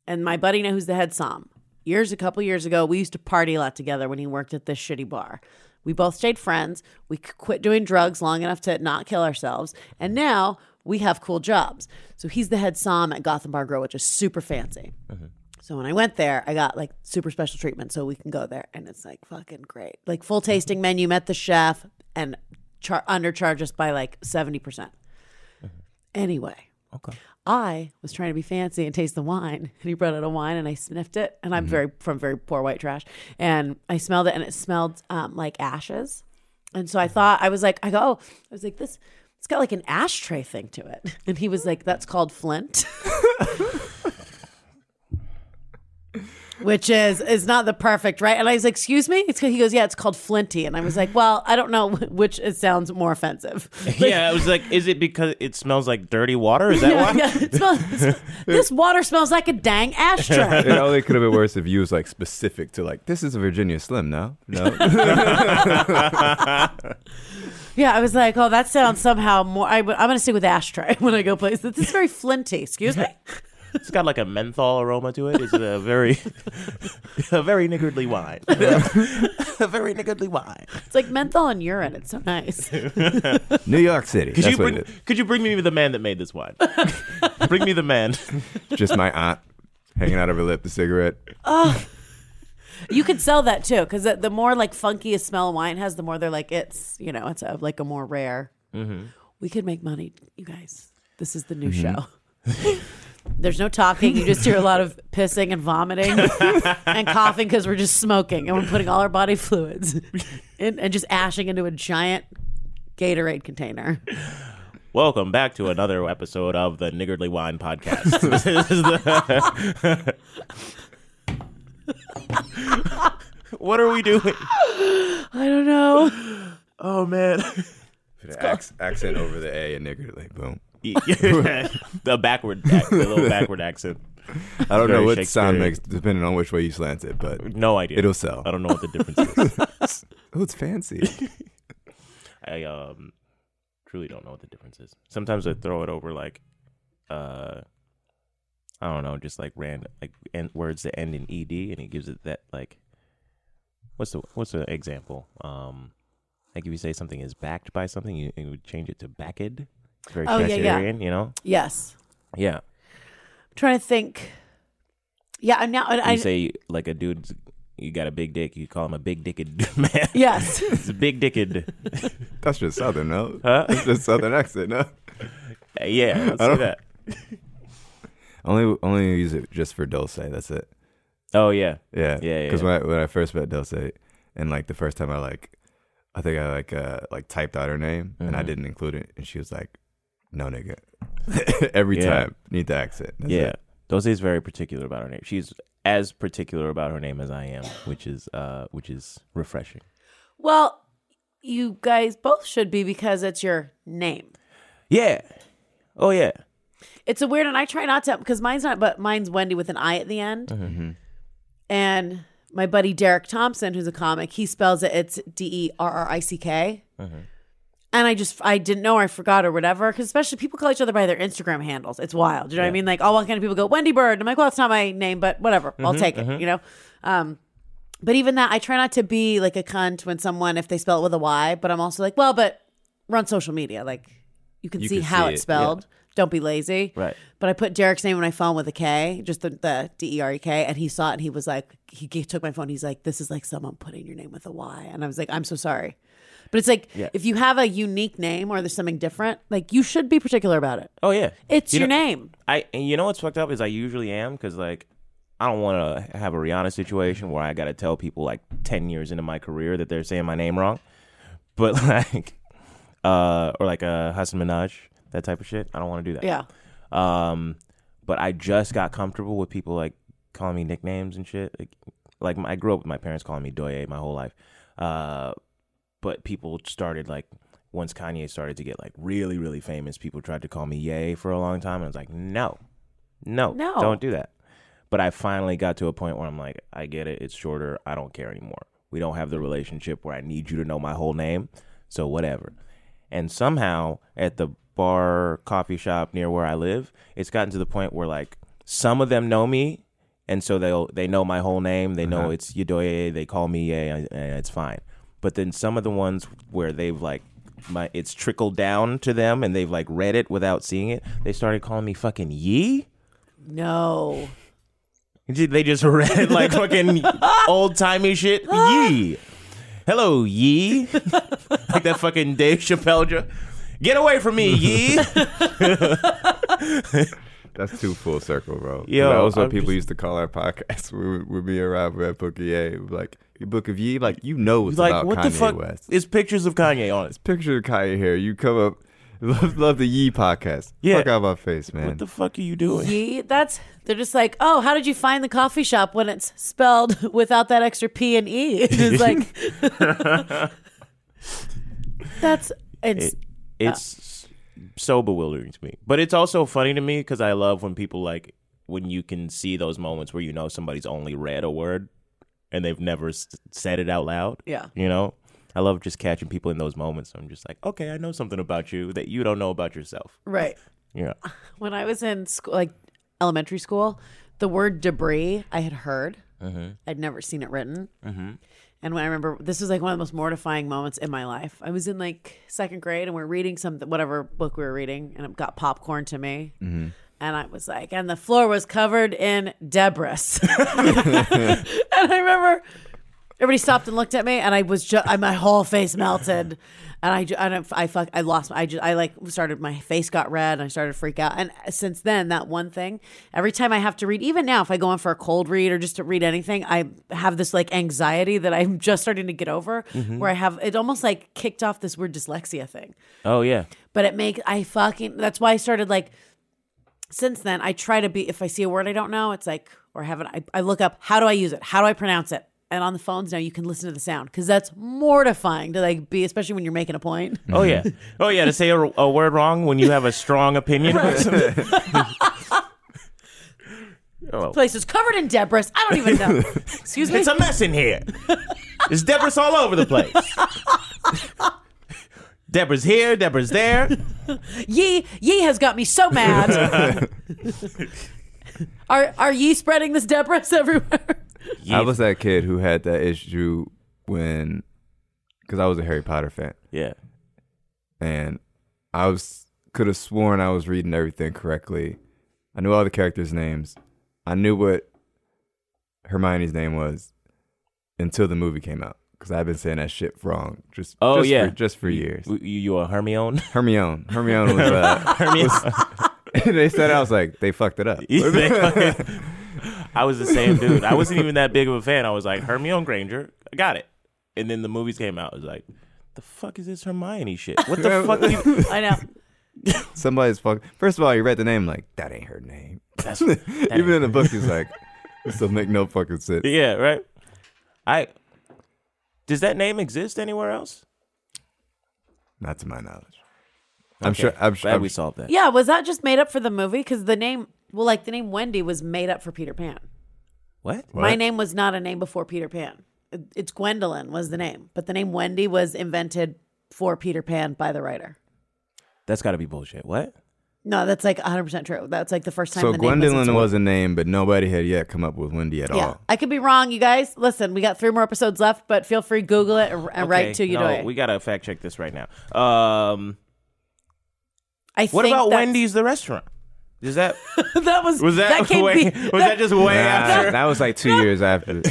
[SPEAKER 5] and my buddy now who's the head som years a couple years ago we used to party a lot together when he worked at this shitty bar we both stayed friends we c- quit doing drugs long enough to not kill ourselves and now we have cool jobs so he's the head som at gotham bar grill which is super fancy so when I went there, I got like super special treatment. So we can go there, and it's like fucking great, like full tasting menu. Met the chef and char- undercharge us by like seventy percent. Anyway,
[SPEAKER 3] Okay.
[SPEAKER 5] I was trying to be fancy and taste the wine, (laughs) and he brought out a wine, and I sniffed it. And I'm very from very poor white trash, and I smelled it, and it smelled um, like ashes. And so I thought I was like, I go, oh, I was like this. It's got like an ashtray thing to it, (laughs) and he was like, that's called flint. (laughs) which is is not the perfect right and i was like excuse me it's he goes yeah it's called flinty and i was like well i don't know (laughs) which it sounds more offensive
[SPEAKER 3] (laughs) yeah, I was like, is it because it smells like dirty water? Is that
[SPEAKER 5] yeah,
[SPEAKER 3] why?
[SPEAKER 5] yeah, it smells, it smells- this water smells like a dang ashtray
[SPEAKER 4] (laughs) it only could have been worse if you was like specific to like this is a Virginia Slim. No,
[SPEAKER 3] (laughs)
[SPEAKER 4] no.
[SPEAKER 5] yeah i was like oh that sounds somehow more I, am gonna stick with ashtray (laughs) when i go places this is very flinty excuse me
[SPEAKER 3] It's got like a menthol aroma to it. It's a very, (laughs) a very niggardly (laughs) wine. a very niggardly wine.
[SPEAKER 5] it's like menthol and urine it's so nice
[SPEAKER 4] New York City.
[SPEAKER 3] Could
[SPEAKER 4] That's
[SPEAKER 3] you
[SPEAKER 4] what
[SPEAKER 3] bring?
[SPEAKER 4] it
[SPEAKER 3] Could you bring me the man that made this wine? (laughs) bring me the man.
[SPEAKER 4] is. Just my aunt hanging out of her lip, the cigarette.
[SPEAKER 5] you could sell that too because the, the more like funky a smell wine has the more they're like it's you know it's a, like a more rare
[SPEAKER 3] Mm-hmm.
[SPEAKER 5] we could make money you guys this is the new show (laughs) There's no talking. You just hear a lot of pissing
[SPEAKER 3] (laughs)
[SPEAKER 5] and vomiting and coughing because we're just smoking and we're putting all our body fluids in, and just ashing into a giant Gatorade container.
[SPEAKER 3] Welcome back to another episode of the Niggardly Wine Podcast. (laughs) this is the. (laughs) what are we doing?
[SPEAKER 5] I don't know.
[SPEAKER 3] Oh man,
[SPEAKER 4] Ac- accent over the A and niggardly. Boom.
[SPEAKER 3] (laughs) the backward, ac- the little backward accent.
[SPEAKER 4] I don't
[SPEAKER 3] Very
[SPEAKER 4] know what sound
[SPEAKER 3] Shakespearean.
[SPEAKER 4] makes depending on which way you slant it, but
[SPEAKER 3] No idea.
[SPEAKER 4] It'll sell.
[SPEAKER 3] I don't know what the difference is.
[SPEAKER 4] oh, it's fancy.
[SPEAKER 3] I um, truly don't know what the difference is. Sometimes I throw it over like, uh, I don't know, just like random like end, words that end in ed, and it gives it that like. What's the what's the example? Um, like if you say something is backed by something, you, you would change it to backed. It's very
[SPEAKER 5] Oh, yeah, yeah.
[SPEAKER 3] Presbyterian, you know.
[SPEAKER 5] Yes.
[SPEAKER 3] Yeah.
[SPEAKER 5] I'm trying to think. Yeah, I'm now. And
[SPEAKER 3] You
[SPEAKER 5] I,
[SPEAKER 3] say like a dude's you got a big dick, you call him a big dicked (laughs) man.
[SPEAKER 5] yes.
[SPEAKER 3] It's a big dicked.
[SPEAKER 4] That's just southern, no? That's just southern accent, no?
[SPEAKER 5] (laughs)
[SPEAKER 3] yeah, let's
[SPEAKER 4] I
[SPEAKER 3] do
[SPEAKER 4] don't-
[SPEAKER 3] that.
[SPEAKER 4] Only only use it just for Dulce. That's it.
[SPEAKER 3] Oh yeah.
[SPEAKER 4] Yeah,
[SPEAKER 3] Yeah, yeah,
[SPEAKER 4] Because
[SPEAKER 3] yeah.
[SPEAKER 4] when I, when I first met Dulce, and like the first time I like, I think I like uh like typed out her name and
[SPEAKER 3] Mm-hmm.
[SPEAKER 4] I didn't include it, and she was like, "No, nigga." (laughs) Every
[SPEAKER 3] Yeah.
[SPEAKER 4] time, need the accent. That's
[SPEAKER 3] yeah.
[SPEAKER 4] it.
[SPEAKER 3] Dulce is very particular about her name. She's as particular about her name as I am, which is uh which is refreshing.
[SPEAKER 5] Well, you guys both should be because it's your name.
[SPEAKER 3] Yeah. Oh yeah.
[SPEAKER 5] It's a weird, and I try not to because mine's not, but mine's Wendy with an I at the end.
[SPEAKER 4] Uh-huh. Mm-hmm.
[SPEAKER 5] And my buddy Derek Thompson, who's a comic, he spells it. It's D E R R I C K.
[SPEAKER 4] Uh-huh.
[SPEAKER 5] And I just I didn't know or I forgot or whatever because especially people call each other by their Instagram handles. It's wild, you know what I mean? Like all kind of people go Wendy Bird. And I'm like, well, that's not my name, but whatever, I'll
[SPEAKER 4] Mm-hmm,
[SPEAKER 5] take it. You know. Um, but even that, I try not to be like a cunt when someone if they spell it with a Y. But I'm also like, well, but we're on social media, like you can
[SPEAKER 4] You
[SPEAKER 5] see
[SPEAKER 4] can
[SPEAKER 5] how
[SPEAKER 4] see
[SPEAKER 5] it's
[SPEAKER 4] it, yeah.
[SPEAKER 5] spelled. Don't be lazy.
[SPEAKER 3] Right.
[SPEAKER 5] But I put Derek's name on my phone with a K, just the, the D E R E K, and he saw it and he was like, he g- took my phone. He's like, this is like someone putting your name with a Y. And I was like, I'm so sorry. But it's like,
[SPEAKER 3] Yeah.
[SPEAKER 5] if you have a unique name or there's something different, like you should be particular about it.
[SPEAKER 3] Oh yeah.
[SPEAKER 5] It's
[SPEAKER 3] You
[SPEAKER 5] your
[SPEAKER 3] know-
[SPEAKER 5] name.
[SPEAKER 3] I and you know what's fucked up is I usually am because like I don't want to have a Rihanna situation where I got to tell people like ten years into my career that they're saying my name wrong, but (laughs) like uh or like a uh, Hassan Minaj that type of shit. I don't want to do that.
[SPEAKER 5] Yeah.
[SPEAKER 3] Um, but I just got comfortable with people like calling me nicknames and shit. Like, like my, I grew up with my parents calling me Doye my whole life. Uh, but people started like once Kanye started to get like really really famous, people tried to call me Ye for a long time, and I was like, no, no,
[SPEAKER 5] No.
[SPEAKER 3] don't do that. But I finally got to a point where I'm like, I get it. It's shorter. I don't care anymore. We don't have the relationship where I need you to know my whole name. So whatever and somehow at the bar coffee shop near where I live, it's gotten to the point where like some of them know me, and so they'll they know my whole name. They
[SPEAKER 4] Uh-huh.
[SPEAKER 3] know it's Yedoye. They call me Ye, and it's fine. But then some of the ones where they've like my it's trickled down to them, and they've like read it without seeing it. They started calling me fucking Yee.
[SPEAKER 5] No.
[SPEAKER 3] They just (laughs) read like fucking old timey shit. Yee. Hello, yee. like that fucking Dave Chappelle joke. Get away from me,
[SPEAKER 4] (laughs)
[SPEAKER 3] yee.
[SPEAKER 4] That's too full circle, bro.
[SPEAKER 3] (laughs) Yo,
[SPEAKER 4] Yeah, that was what
[SPEAKER 3] I'm
[SPEAKER 4] people
[SPEAKER 3] just-
[SPEAKER 4] used to call our (laughs) podcast. We would we'd be around with Book of Ye, like your Book of Ye, like you know it's
[SPEAKER 3] like,
[SPEAKER 4] about
[SPEAKER 3] what
[SPEAKER 4] Kanye
[SPEAKER 3] the fuck?
[SPEAKER 4] West.
[SPEAKER 3] It's pictures of Kanye on it.
[SPEAKER 4] Picture Kanye here. You come up, (laughs) love, love the Ye podcast.
[SPEAKER 3] Yeah.
[SPEAKER 4] fuck out my face, man.
[SPEAKER 3] What the fuck are you doing?
[SPEAKER 5] Ye, that's they're just like, oh, how did you find the coffee shop when it's spelled (laughs) without that extra P and E? (laughs)
[SPEAKER 3] (laughs)
[SPEAKER 5] It's like that's it's
[SPEAKER 3] It- it's so bewildering to me. But it's also funny to me because I love when people like when you can see those moments where you know somebody's only read a word and they've never s- said it out loud.
[SPEAKER 5] Yeah.
[SPEAKER 3] you know, I love just catching people in those moments. I'm just like, okay, I know something about you that you don't know about yourself.
[SPEAKER 5] right.
[SPEAKER 3] Yeah,
[SPEAKER 5] When I was in school, like elementary school, the word debris I had heard, I'd never seen it written. And when I remember, this was like one of the most mortifying moments in my life. I was in like second grade, and we're reading some whatever book we were reading, and it got popcorn to me. And I was like, and the floor was covered in debris. (laughs) and I remember everybody stopped and looked at me, and I was just my whole face melted, and I ju- I don't I fuck I lost my I just I like started my face got red, and I started to freak out. And since then, that one thing, every time I have to read, even now if I go in for a cold read or just to read anything, I have this like anxiety that I'm just starting to get over, where I have it almost like kicked off this weird dyslexia thing
[SPEAKER 3] oh yeah,
[SPEAKER 5] but it makes I fucking that's why I started like since then I try to be if I see a word I don't know it's like or haven't I, I look up how do I use it how do I pronounce it and on the phones now you can listen to the sound because that's mortifying to like be especially when you're making a point (laughs)
[SPEAKER 3] oh (laughs) yeah, oh yeah. To say a, a word wrong when you have a strong opinion. about something. (laughs) oh.
[SPEAKER 5] place is covered in debris I don't even
[SPEAKER 3] (laughs)
[SPEAKER 5] know excuse me
[SPEAKER 3] It's a
[SPEAKER 4] (laughs)
[SPEAKER 3] mess in here. There's debris all over the place. Deborah's here, Deborah's there.
[SPEAKER 5] Yee, Yee has got me so
[SPEAKER 3] (laughs)
[SPEAKER 5] mad. are are ye spreading this Deborah's (laughs) everywhere?
[SPEAKER 4] I was that kid who had that issue when, because I was a Harry Potter fan,
[SPEAKER 3] yeah.
[SPEAKER 4] and I was could have sworn I was reading everything correctly. I knew all the characters' names. I knew what Hermione's name was until the movie came out because I've been saying that shit wrong just
[SPEAKER 3] Oh,
[SPEAKER 4] just
[SPEAKER 3] yeah.
[SPEAKER 4] for, just for years.
[SPEAKER 3] You, you are
[SPEAKER 4] (laughs)
[SPEAKER 3] Hermione.
[SPEAKER 4] Hermione, Hermione was. Uh,
[SPEAKER 3] (laughs) Hermione.
[SPEAKER 4] (laughs) they said I was like they fucked it
[SPEAKER 3] (laughs)
[SPEAKER 4] up.
[SPEAKER 3] I was the same dude. I wasn't even that big of a fan. I was like Hermione Granger, I got it. And then the movies came out. I was like, the fuck is this Hermione shit? What the fuck? do
[SPEAKER 4] (laughs)
[SPEAKER 3] you-
[SPEAKER 5] I know.
[SPEAKER 4] (laughs) Somebody's fuck. First of all, you read the name like that ain't her name.
[SPEAKER 3] That's,
[SPEAKER 4] Even in the book,
[SPEAKER 3] (laughs)
[SPEAKER 4] he's like, this will make no fucking sense.
[SPEAKER 3] yeah, right. I does that name exist anywhere else?
[SPEAKER 4] Not to my knowledge. I'm
[SPEAKER 3] Okay,
[SPEAKER 4] sure. I'm sure.
[SPEAKER 3] glad
[SPEAKER 4] I'm
[SPEAKER 3] we
[SPEAKER 4] sure-
[SPEAKER 3] solved that.
[SPEAKER 5] Yeah, was that just made up for the movie? Because the name, well, like the name Wendy was made up for Peter Pan.
[SPEAKER 3] What?
[SPEAKER 5] My
[SPEAKER 4] What?
[SPEAKER 5] name was not a name before Peter Pan. It- It's Gwendolyn was the name, but the name Wendy was invented for Peter Pan by the writer.
[SPEAKER 3] That's got to be bullshit. What?
[SPEAKER 5] No, that's like 100% true. That's like the first time.
[SPEAKER 4] So
[SPEAKER 5] the name
[SPEAKER 4] Gwendolyn
[SPEAKER 5] was,
[SPEAKER 4] was a name, but nobody had yet come up with Wendy at
[SPEAKER 5] Yeah,
[SPEAKER 4] all.
[SPEAKER 5] I could be wrong, you guys. Listen, we got three more episodes left, but feel free Google it and, and
[SPEAKER 3] Okay,
[SPEAKER 5] write to you.
[SPEAKER 3] no,
[SPEAKER 5] know.
[SPEAKER 3] we gotta fact check this right now. Um,
[SPEAKER 5] I
[SPEAKER 3] what
[SPEAKER 5] think
[SPEAKER 3] about
[SPEAKER 5] that's-
[SPEAKER 3] Wendy's the restaurant? Is that
[SPEAKER 5] (laughs) that
[SPEAKER 3] (laughs)
[SPEAKER 5] was
[SPEAKER 3] was that,
[SPEAKER 5] came
[SPEAKER 3] way,
[SPEAKER 5] be-
[SPEAKER 3] (laughs) was that, just way
[SPEAKER 4] Nah,
[SPEAKER 3] after?
[SPEAKER 4] that was
[SPEAKER 3] (laughs)
[SPEAKER 4] like two years after.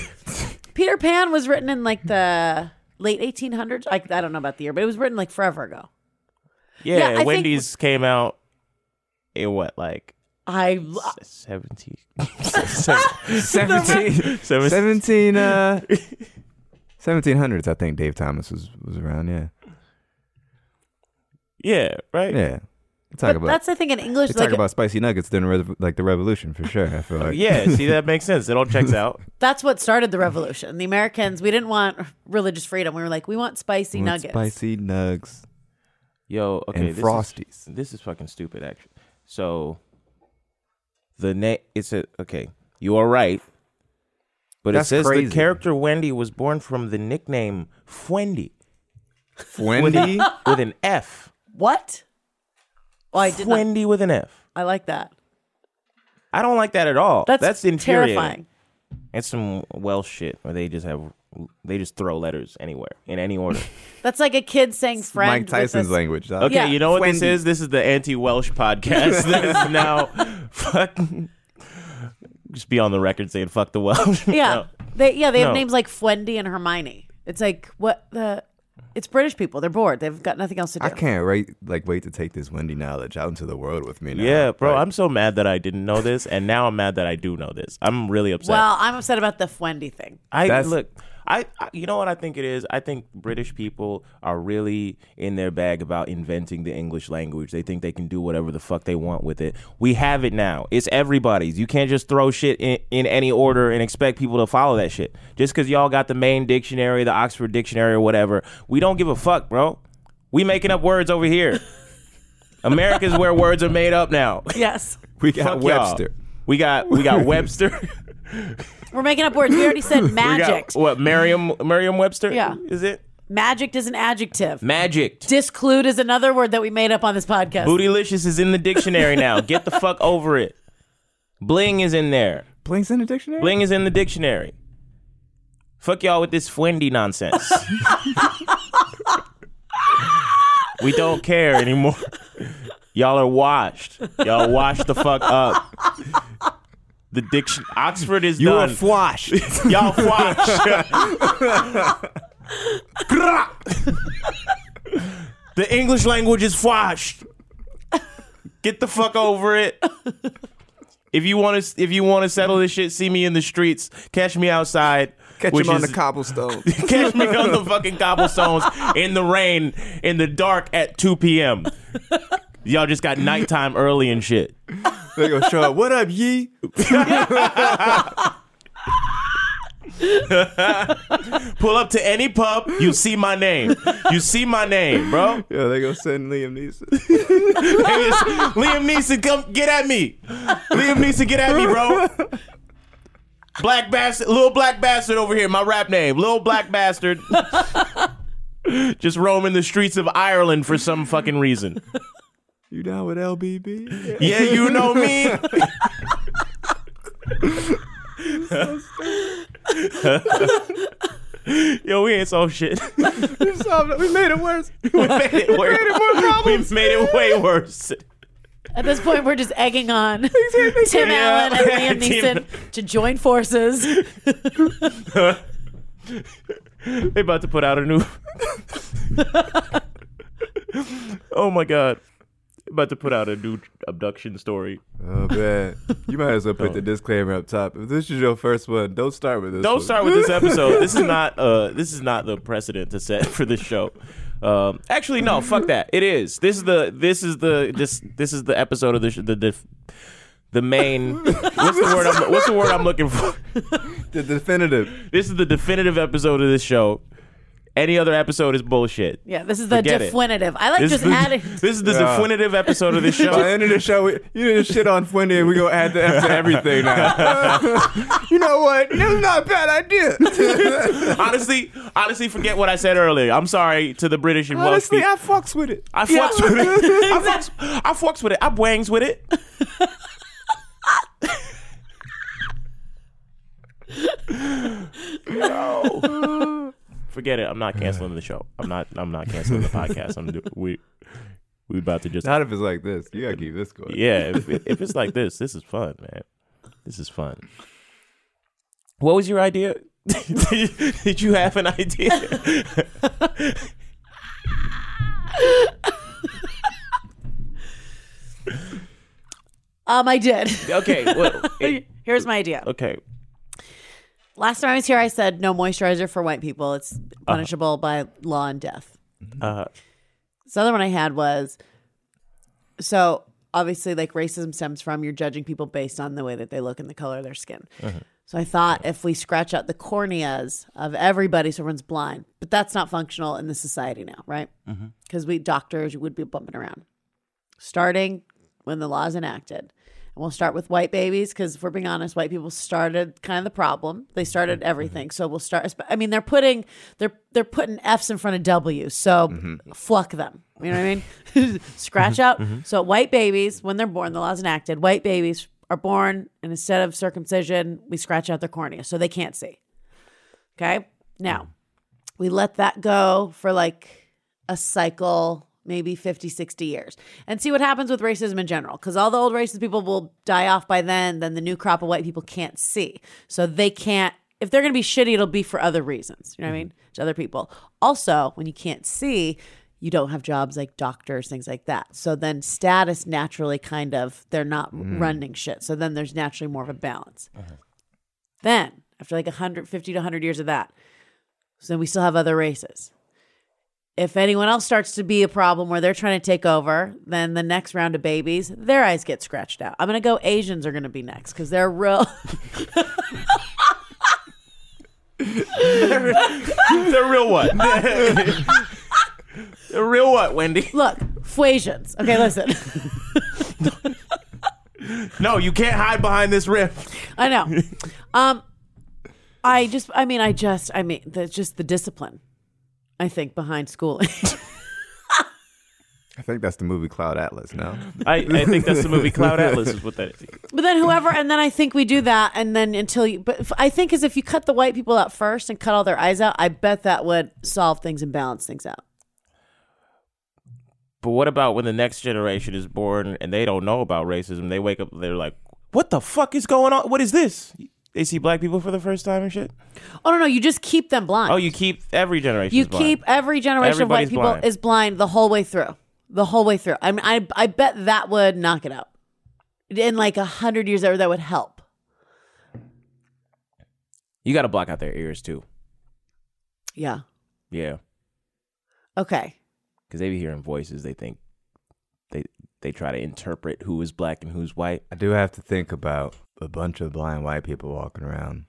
[SPEAKER 5] Peter Pan was written in like the late 1800s. I, I don't know about the year, but it was written like forever ago. yeah, I
[SPEAKER 3] yeah,
[SPEAKER 5] think-
[SPEAKER 3] Wendy's came out in what like
[SPEAKER 5] I
[SPEAKER 3] Uh, seventeen? (laughs)
[SPEAKER 4] 17, 17, uh, 1700s, I think Dave Thomas was, was around. Yeah.
[SPEAKER 3] Yeah, right.
[SPEAKER 4] Yeah. Talk
[SPEAKER 5] but
[SPEAKER 4] about
[SPEAKER 5] that's the thing in English.
[SPEAKER 4] They
[SPEAKER 5] Like,
[SPEAKER 4] talk about spicy nuggets during rev- like the revolution for sure.
[SPEAKER 3] (laughs)
[SPEAKER 4] I feel like
[SPEAKER 3] Yeah, see that makes sense. It all checks out.
[SPEAKER 5] that's what started the revolution. The Americans we didn't want religious freedom. We were like, we want spicy
[SPEAKER 4] With
[SPEAKER 5] nuggets.
[SPEAKER 4] spicy nugs
[SPEAKER 3] Yo, okay,
[SPEAKER 4] and
[SPEAKER 3] this is-
[SPEAKER 4] frosties.
[SPEAKER 3] This is fucking stupid, actually. So the name it's a okay. You are right, but it
[SPEAKER 4] That's
[SPEAKER 3] says
[SPEAKER 4] crazy.
[SPEAKER 3] the character Wendy was born from the nickname Fwendy
[SPEAKER 5] (laughs)
[SPEAKER 4] Wendy,
[SPEAKER 3] with an F.
[SPEAKER 5] What? Oh, Ah! I did. Not,
[SPEAKER 3] Fwendy with an F.
[SPEAKER 5] I like that.
[SPEAKER 3] I don't like that at all.
[SPEAKER 5] That's,
[SPEAKER 3] That's, infuriating.
[SPEAKER 5] terrifying.
[SPEAKER 3] It's some Welsh shit where they just have they just throw letters anywhere in any order.
[SPEAKER 5] That's like a kid saying friend.
[SPEAKER 4] Mike
[SPEAKER 5] with
[SPEAKER 4] Tyson's
[SPEAKER 5] a-
[SPEAKER 4] language. dog.
[SPEAKER 3] Okay,
[SPEAKER 5] Yeah.
[SPEAKER 3] you know what this
[SPEAKER 4] Fwendy.
[SPEAKER 3] is? This is the anti-Welsh podcast. (laughs) that is now fuck. Just be on the record saying fuck the Welsh. (laughs)
[SPEAKER 5] Yeah,
[SPEAKER 3] No.
[SPEAKER 5] they yeah they have
[SPEAKER 3] No.
[SPEAKER 5] names like Fwendy and Hermione. It's like what the. It's British people. They're bored. They've got nothing else to do.
[SPEAKER 4] I can't wait, like wait to take this Wendy knowledge out into the world with me. Now.
[SPEAKER 3] Yeah, bro,
[SPEAKER 4] Like,
[SPEAKER 3] I'm so mad that I didn't know this, and now I'm mad that I do know this. I'm really upset.
[SPEAKER 5] Well, I'm upset about the Fwendy thing.
[SPEAKER 3] I
[SPEAKER 4] That's-
[SPEAKER 3] look, I, I you know what I think it is. I think British people are really in their bag about inventing the English language. They think they can do whatever the fuck they want with it. We have it now. It's everybody's. You can't just throw shit in, in any order and expect people to follow that shit. Just because y'all got the main dictionary, the Oxford dictionary, or whatever, we don't give a fuck, bro. We making up words over
[SPEAKER 4] (laughs)
[SPEAKER 3] here. America's where words are made up now.
[SPEAKER 5] Yes,
[SPEAKER 4] we
[SPEAKER 3] (laughs)
[SPEAKER 4] got
[SPEAKER 3] Fuck y'all.
[SPEAKER 4] Webster.
[SPEAKER 3] We got we got Webster. (laughs)
[SPEAKER 5] we're making up words. We already said
[SPEAKER 3] we got
[SPEAKER 5] magic.
[SPEAKER 3] what Merriam Merriam Webster?
[SPEAKER 5] Yeah.
[SPEAKER 3] Is it?
[SPEAKER 5] Magic is an adjective.
[SPEAKER 3] Magic.
[SPEAKER 5] Disclude is another word that we made up on this podcast.
[SPEAKER 3] Bootylicious is in the dictionary now. Get the fuck over it. Bling is in there.
[SPEAKER 4] Blink's in the dictionary.
[SPEAKER 3] Bling is in the dictionary. Fuck y'all with this Fwendy nonsense. we don't care anymore. Y'all are washed. Y'all washed the fuck up. The diction Oxford is
[SPEAKER 4] you are
[SPEAKER 3] done. (laughs)
[SPEAKER 4] fwash.
[SPEAKER 3] Y'all watch. the English language is washed. Get the fuck over it. If you want to, if you want to settle this shit, see me in the streets. Catch me outside.
[SPEAKER 4] Catch
[SPEAKER 3] which
[SPEAKER 4] him on
[SPEAKER 3] is-
[SPEAKER 4] the cobblestone.
[SPEAKER 3] (laughs) Catch me on the fucking cobblestones in the rain, in the dark at 2 p.m. Y'all just got nighttime early and shit.
[SPEAKER 4] they gonna show up. What up, ye?
[SPEAKER 3] Pull up to any pub, you see my name. You see my name, bro.
[SPEAKER 4] Yeah, they gonna send Liam Neeson.
[SPEAKER 3] Hey, it's- Liam Neeson, come get at me. Liam Neeson, get at me, bro. Black bastard, little black bastard over here. My rap name, little black bastard. just roaming the streets of Ireland for some fucking reason.
[SPEAKER 4] You down
[SPEAKER 3] (laughs)
[SPEAKER 4] with LBB?
[SPEAKER 3] Yeah, you know me. Yo, we ain't solved shit. (laughs)
[SPEAKER 4] we solved it. We made it worse.
[SPEAKER 3] we made it worse. we made it way worse.
[SPEAKER 5] At this point, we're just egging on (laughs) Tim Allen and Liam
[SPEAKER 3] Tim-
[SPEAKER 5] Neeson to join forces.
[SPEAKER 3] (laughs) they about to put out a new. (laughs) oh my god, about to put out a new abduction story.
[SPEAKER 4] Oh man, you might as well put the disclaimer up top. If this is your first one, don't start with this.
[SPEAKER 3] Oh. Don't
[SPEAKER 4] one.
[SPEAKER 3] start with this episode. This is not uh this is not the precedent to set for this show. Um, actually, no, fuck that. It is. This is the this is the this this is the episode of the sh- the. the the main what's the word I'm, what's the word I'm looking for (laughs)
[SPEAKER 4] the definitive.
[SPEAKER 3] this is the definitive episode of this show any other episode is bullshit
[SPEAKER 5] Yeah, this is the
[SPEAKER 3] Forget it.
[SPEAKER 5] definitive. I like
[SPEAKER 3] this,
[SPEAKER 5] just
[SPEAKER 3] is the,
[SPEAKER 5] adding.
[SPEAKER 3] (laughs) this is the definitive episode of this
[SPEAKER 4] By the
[SPEAKER 3] show
[SPEAKER 4] end of the show, we, you did shit on Fuente, and we gonna add the F to everything now. (laughs) you know what? That's not a bad idea.
[SPEAKER 3] honestly honestly forget what I said earlier I'm sorry to the British and Welsh
[SPEAKER 4] (laughs) Honestly,
[SPEAKER 3] people.
[SPEAKER 4] I fucks with it.
[SPEAKER 3] I fucks with it. I fucks, I fucks with it. I bwangs with it. No. Forget it. I'm not canceling the show. I'm not. I'm not canceling the podcast. I'm. do- We. We about to just.
[SPEAKER 4] Not if it's like this. You gotta keep this going.
[SPEAKER 3] Yeah. If, if it's like this, this is fun, man. This is fun. What was your idea? (laughs) did, you, did you have an idea?
[SPEAKER 5] um, I did.
[SPEAKER 3] Okay. Well, it-
[SPEAKER 5] Here's my idea.
[SPEAKER 3] okay.
[SPEAKER 5] Last time I was here, I said no moisturizer for white people. It's punishable by law and death.
[SPEAKER 3] Uh,
[SPEAKER 5] This other one I had was so obviously, like racism stems from you're judging people based on the way that they look and the color of their skin. So I thought if we scratch out the corneas of everybody, so everyone's blind, but that's not functional in the society now, right? Because we doctors would be bumping around starting when the law is enacted. And we'll start with white babies because if we're being honest, white people started kind of the problem. They started everything. So we'll start. I mean, they're putting they're they're putting F's in front of W's. So fuck them. You know what I mean? (laughs) Scratch out. So white babies, when they're born, the law's enacted. White babies are born, and instead of circumcision, we scratch out their cornea so they can't see. Okay. Now we let that go for like a cycle maybe 50 60 years and see what happens with racism in general because all the old racist people will die off by then then the new crop of white people can't see so they can't if they're going to be shitty it'll be for other reasons you know what i mean to other people also when you can't see you don't have jobs like doctors things like that so then status naturally kind of they're not running shit so then there's naturally more of a balance then after like 150 to 100 years of that so then we still have other races if anyone else starts to be a problem where they're trying to take over, then the next round of babies, their eyes get scratched out. I'm gonna go Asians are gonna be next because they're real. (laughs)
[SPEAKER 3] The real what? (laughs) the real what, Wendy?
[SPEAKER 5] Look, Fuasians. Okay, listen. (laughs)
[SPEAKER 3] No, you can't hide behind this riff.
[SPEAKER 5] I know. Um, I just, I mean, I just, I mean, that's just the discipline. I think behind schooling. (laughs)
[SPEAKER 4] I think that's the movie Cloud Atlas now.
[SPEAKER 3] I, I think that's the movie Cloud Atlas is what that is.
[SPEAKER 5] But then whoever, and then I think we do that, and then until you, but if, I think is if you cut the white people out first and cut all their eyes out, I bet that would solve things and balance things out.
[SPEAKER 3] But what about when the next generation is born and they don't know about racism? They wake up, they're like, "What the fuck is going on? What is this?" They see black people for the first time and shit.
[SPEAKER 5] Oh no, no, you just keep them blind.
[SPEAKER 3] Oh, you keep every generation.
[SPEAKER 5] You keep every generation
[SPEAKER 3] Everybody's
[SPEAKER 5] of white people
[SPEAKER 3] blind.
[SPEAKER 5] is blind the whole way through. The whole way through. I mean, I I bet that would knock it out. In like a hundred years, that that would help.
[SPEAKER 3] You got to block out their ears too.
[SPEAKER 5] Yeah.
[SPEAKER 3] Yeah,
[SPEAKER 5] Okay.
[SPEAKER 3] because they be hearing voices. They think they they try to interpret who is black and who's white.
[SPEAKER 4] I do have to think about a bunch of blind white people walking around,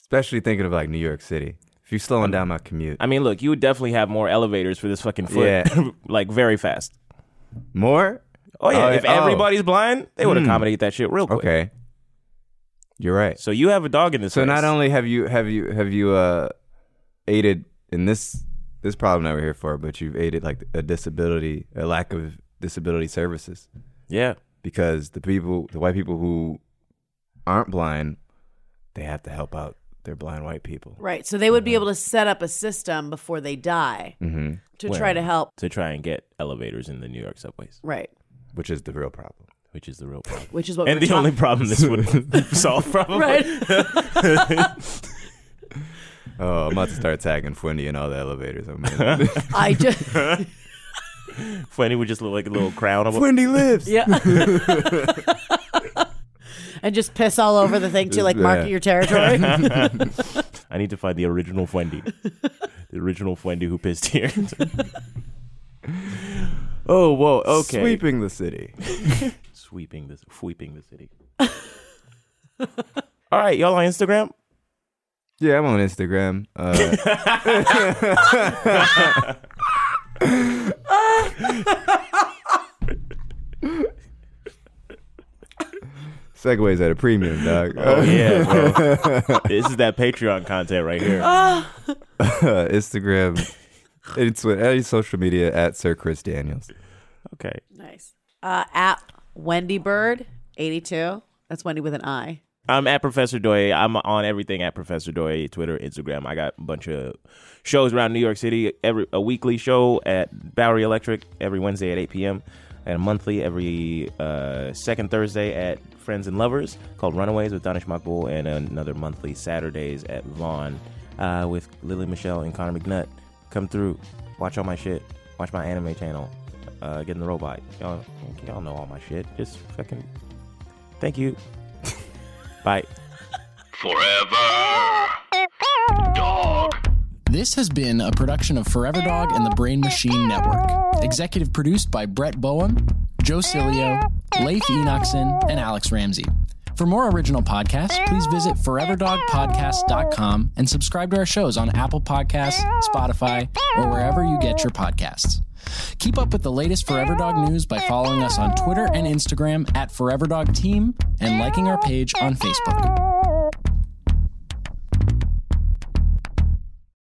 [SPEAKER 4] especially thinking of like New York City. If you're slowing down my commute,
[SPEAKER 3] I mean, look, you would definitely have more elevators for this fucking foot,
[SPEAKER 4] Yeah.
[SPEAKER 3] (laughs) like very fast.
[SPEAKER 4] more.
[SPEAKER 3] Oh yeah,
[SPEAKER 4] Oh,
[SPEAKER 3] if
[SPEAKER 4] oh. Hmm.
[SPEAKER 3] everybody's blind, they would accommodate that shit real quick.
[SPEAKER 4] Okay, you're right.
[SPEAKER 3] So you have a dog in this.
[SPEAKER 4] So
[SPEAKER 3] race.
[SPEAKER 4] not only have you have you have you uh aided in this this problem that we're here for, but you've aided like a disability, a lack of disability services
[SPEAKER 3] Yeah.
[SPEAKER 4] because the people, the white people who aren't blind, they have to help out their blind white people.
[SPEAKER 6] Right. So they would be
[SPEAKER 3] Uh-huh.
[SPEAKER 6] able to set up a system before they die
[SPEAKER 3] Mm-hmm.
[SPEAKER 6] to try
[SPEAKER 3] Well.
[SPEAKER 6] to help.
[SPEAKER 3] To try and get elevators in the New York subways,
[SPEAKER 6] Right.
[SPEAKER 4] which is the real problem.
[SPEAKER 3] which is the real problem.
[SPEAKER 6] Which is what
[SPEAKER 3] and
[SPEAKER 6] we
[SPEAKER 3] the
[SPEAKER 6] were talking-
[SPEAKER 3] only
[SPEAKER 6] (laughs)
[SPEAKER 3] problem this
[SPEAKER 4] (laughs)
[SPEAKER 3] would (laughs) solve, probably.
[SPEAKER 6] Right.
[SPEAKER 4] Oh, I'm about to start tagging Fwendy and all the elevators.
[SPEAKER 3] (laughs)
[SPEAKER 4] I'm in.
[SPEAKER 6] I just
[SPEAKER 3] Funny would just look like a little crown. of
[SPEAKER 4] Fwendy lives.
[SPEAKER 6] yeah. (laughs) and just piss all over the thing too, like market
[SPEAKER 4] Yeah.
[SPEAKER 6] your
[SPEAKER 3] (laughs)
[SPEAKER 6] territory. (laughs)
[SPEAKER 3] I need to find the original Fuendi. the original Fuendi who pissed here. oh, whoa. Okay.
[SPEAKER 4] Sweeping the city.
[SPEAKER 3] Sweeping this, sweeping the city. (laughs) All right, y'all on Instagram?
[SPEAKER 4] Yeah, I'm on Instagram. Uh, (laughs) Segways at a premium, dog.
[SPEAKER 3] Oh, Yeah, bro. (laughs) this is that Patreon content right here.
[SPEAKER 4] Uh, (laughs) Instagram. It's with any social media at Sir Chris Daniels.
[SPEAKER 3] Okay.
[SPEAKER 6] nice. Uh, at Wendy Bird eighty two. That's Wendy with an I.
[SPEAKER 3] I'm at Professor Doye. I'm on everything at Professor Doye, Twitter, Instagram. I got a bunch of shows around New York City. Every a weekly show at Bowery Electric every Wednesday at 8 p.m. and monthly every uh, second Thursday at Friends and Lovers called Runaways with Donish Makbul, and another monthly Saturdays at Vaughn uh, with Lily Michelle and Connor McNutt. Come through, watch all my shit, watch my anime channel, uh, get in the robot. Y'all, y'all know all my shit. Just fucking thank you. Bye.
[SPEAKER 1] Forever. Dog.
[SPEAKER 7] This has been a production of Forever Dog and the Brain Machine Network. Executive produced by Brett Boehm, Joe Cilio, Leif Enochson, and Alex Ramsey. For more original podcasts, please visit foreverdogpodcast.com and subscribe to our shows on Apple Podcasts, Spotify, or wherever you get your podcasts. Keep up with the latest Forever Dog news by following us on Twitter and Instagram at Forever Dog Team and liking our page on Facebook.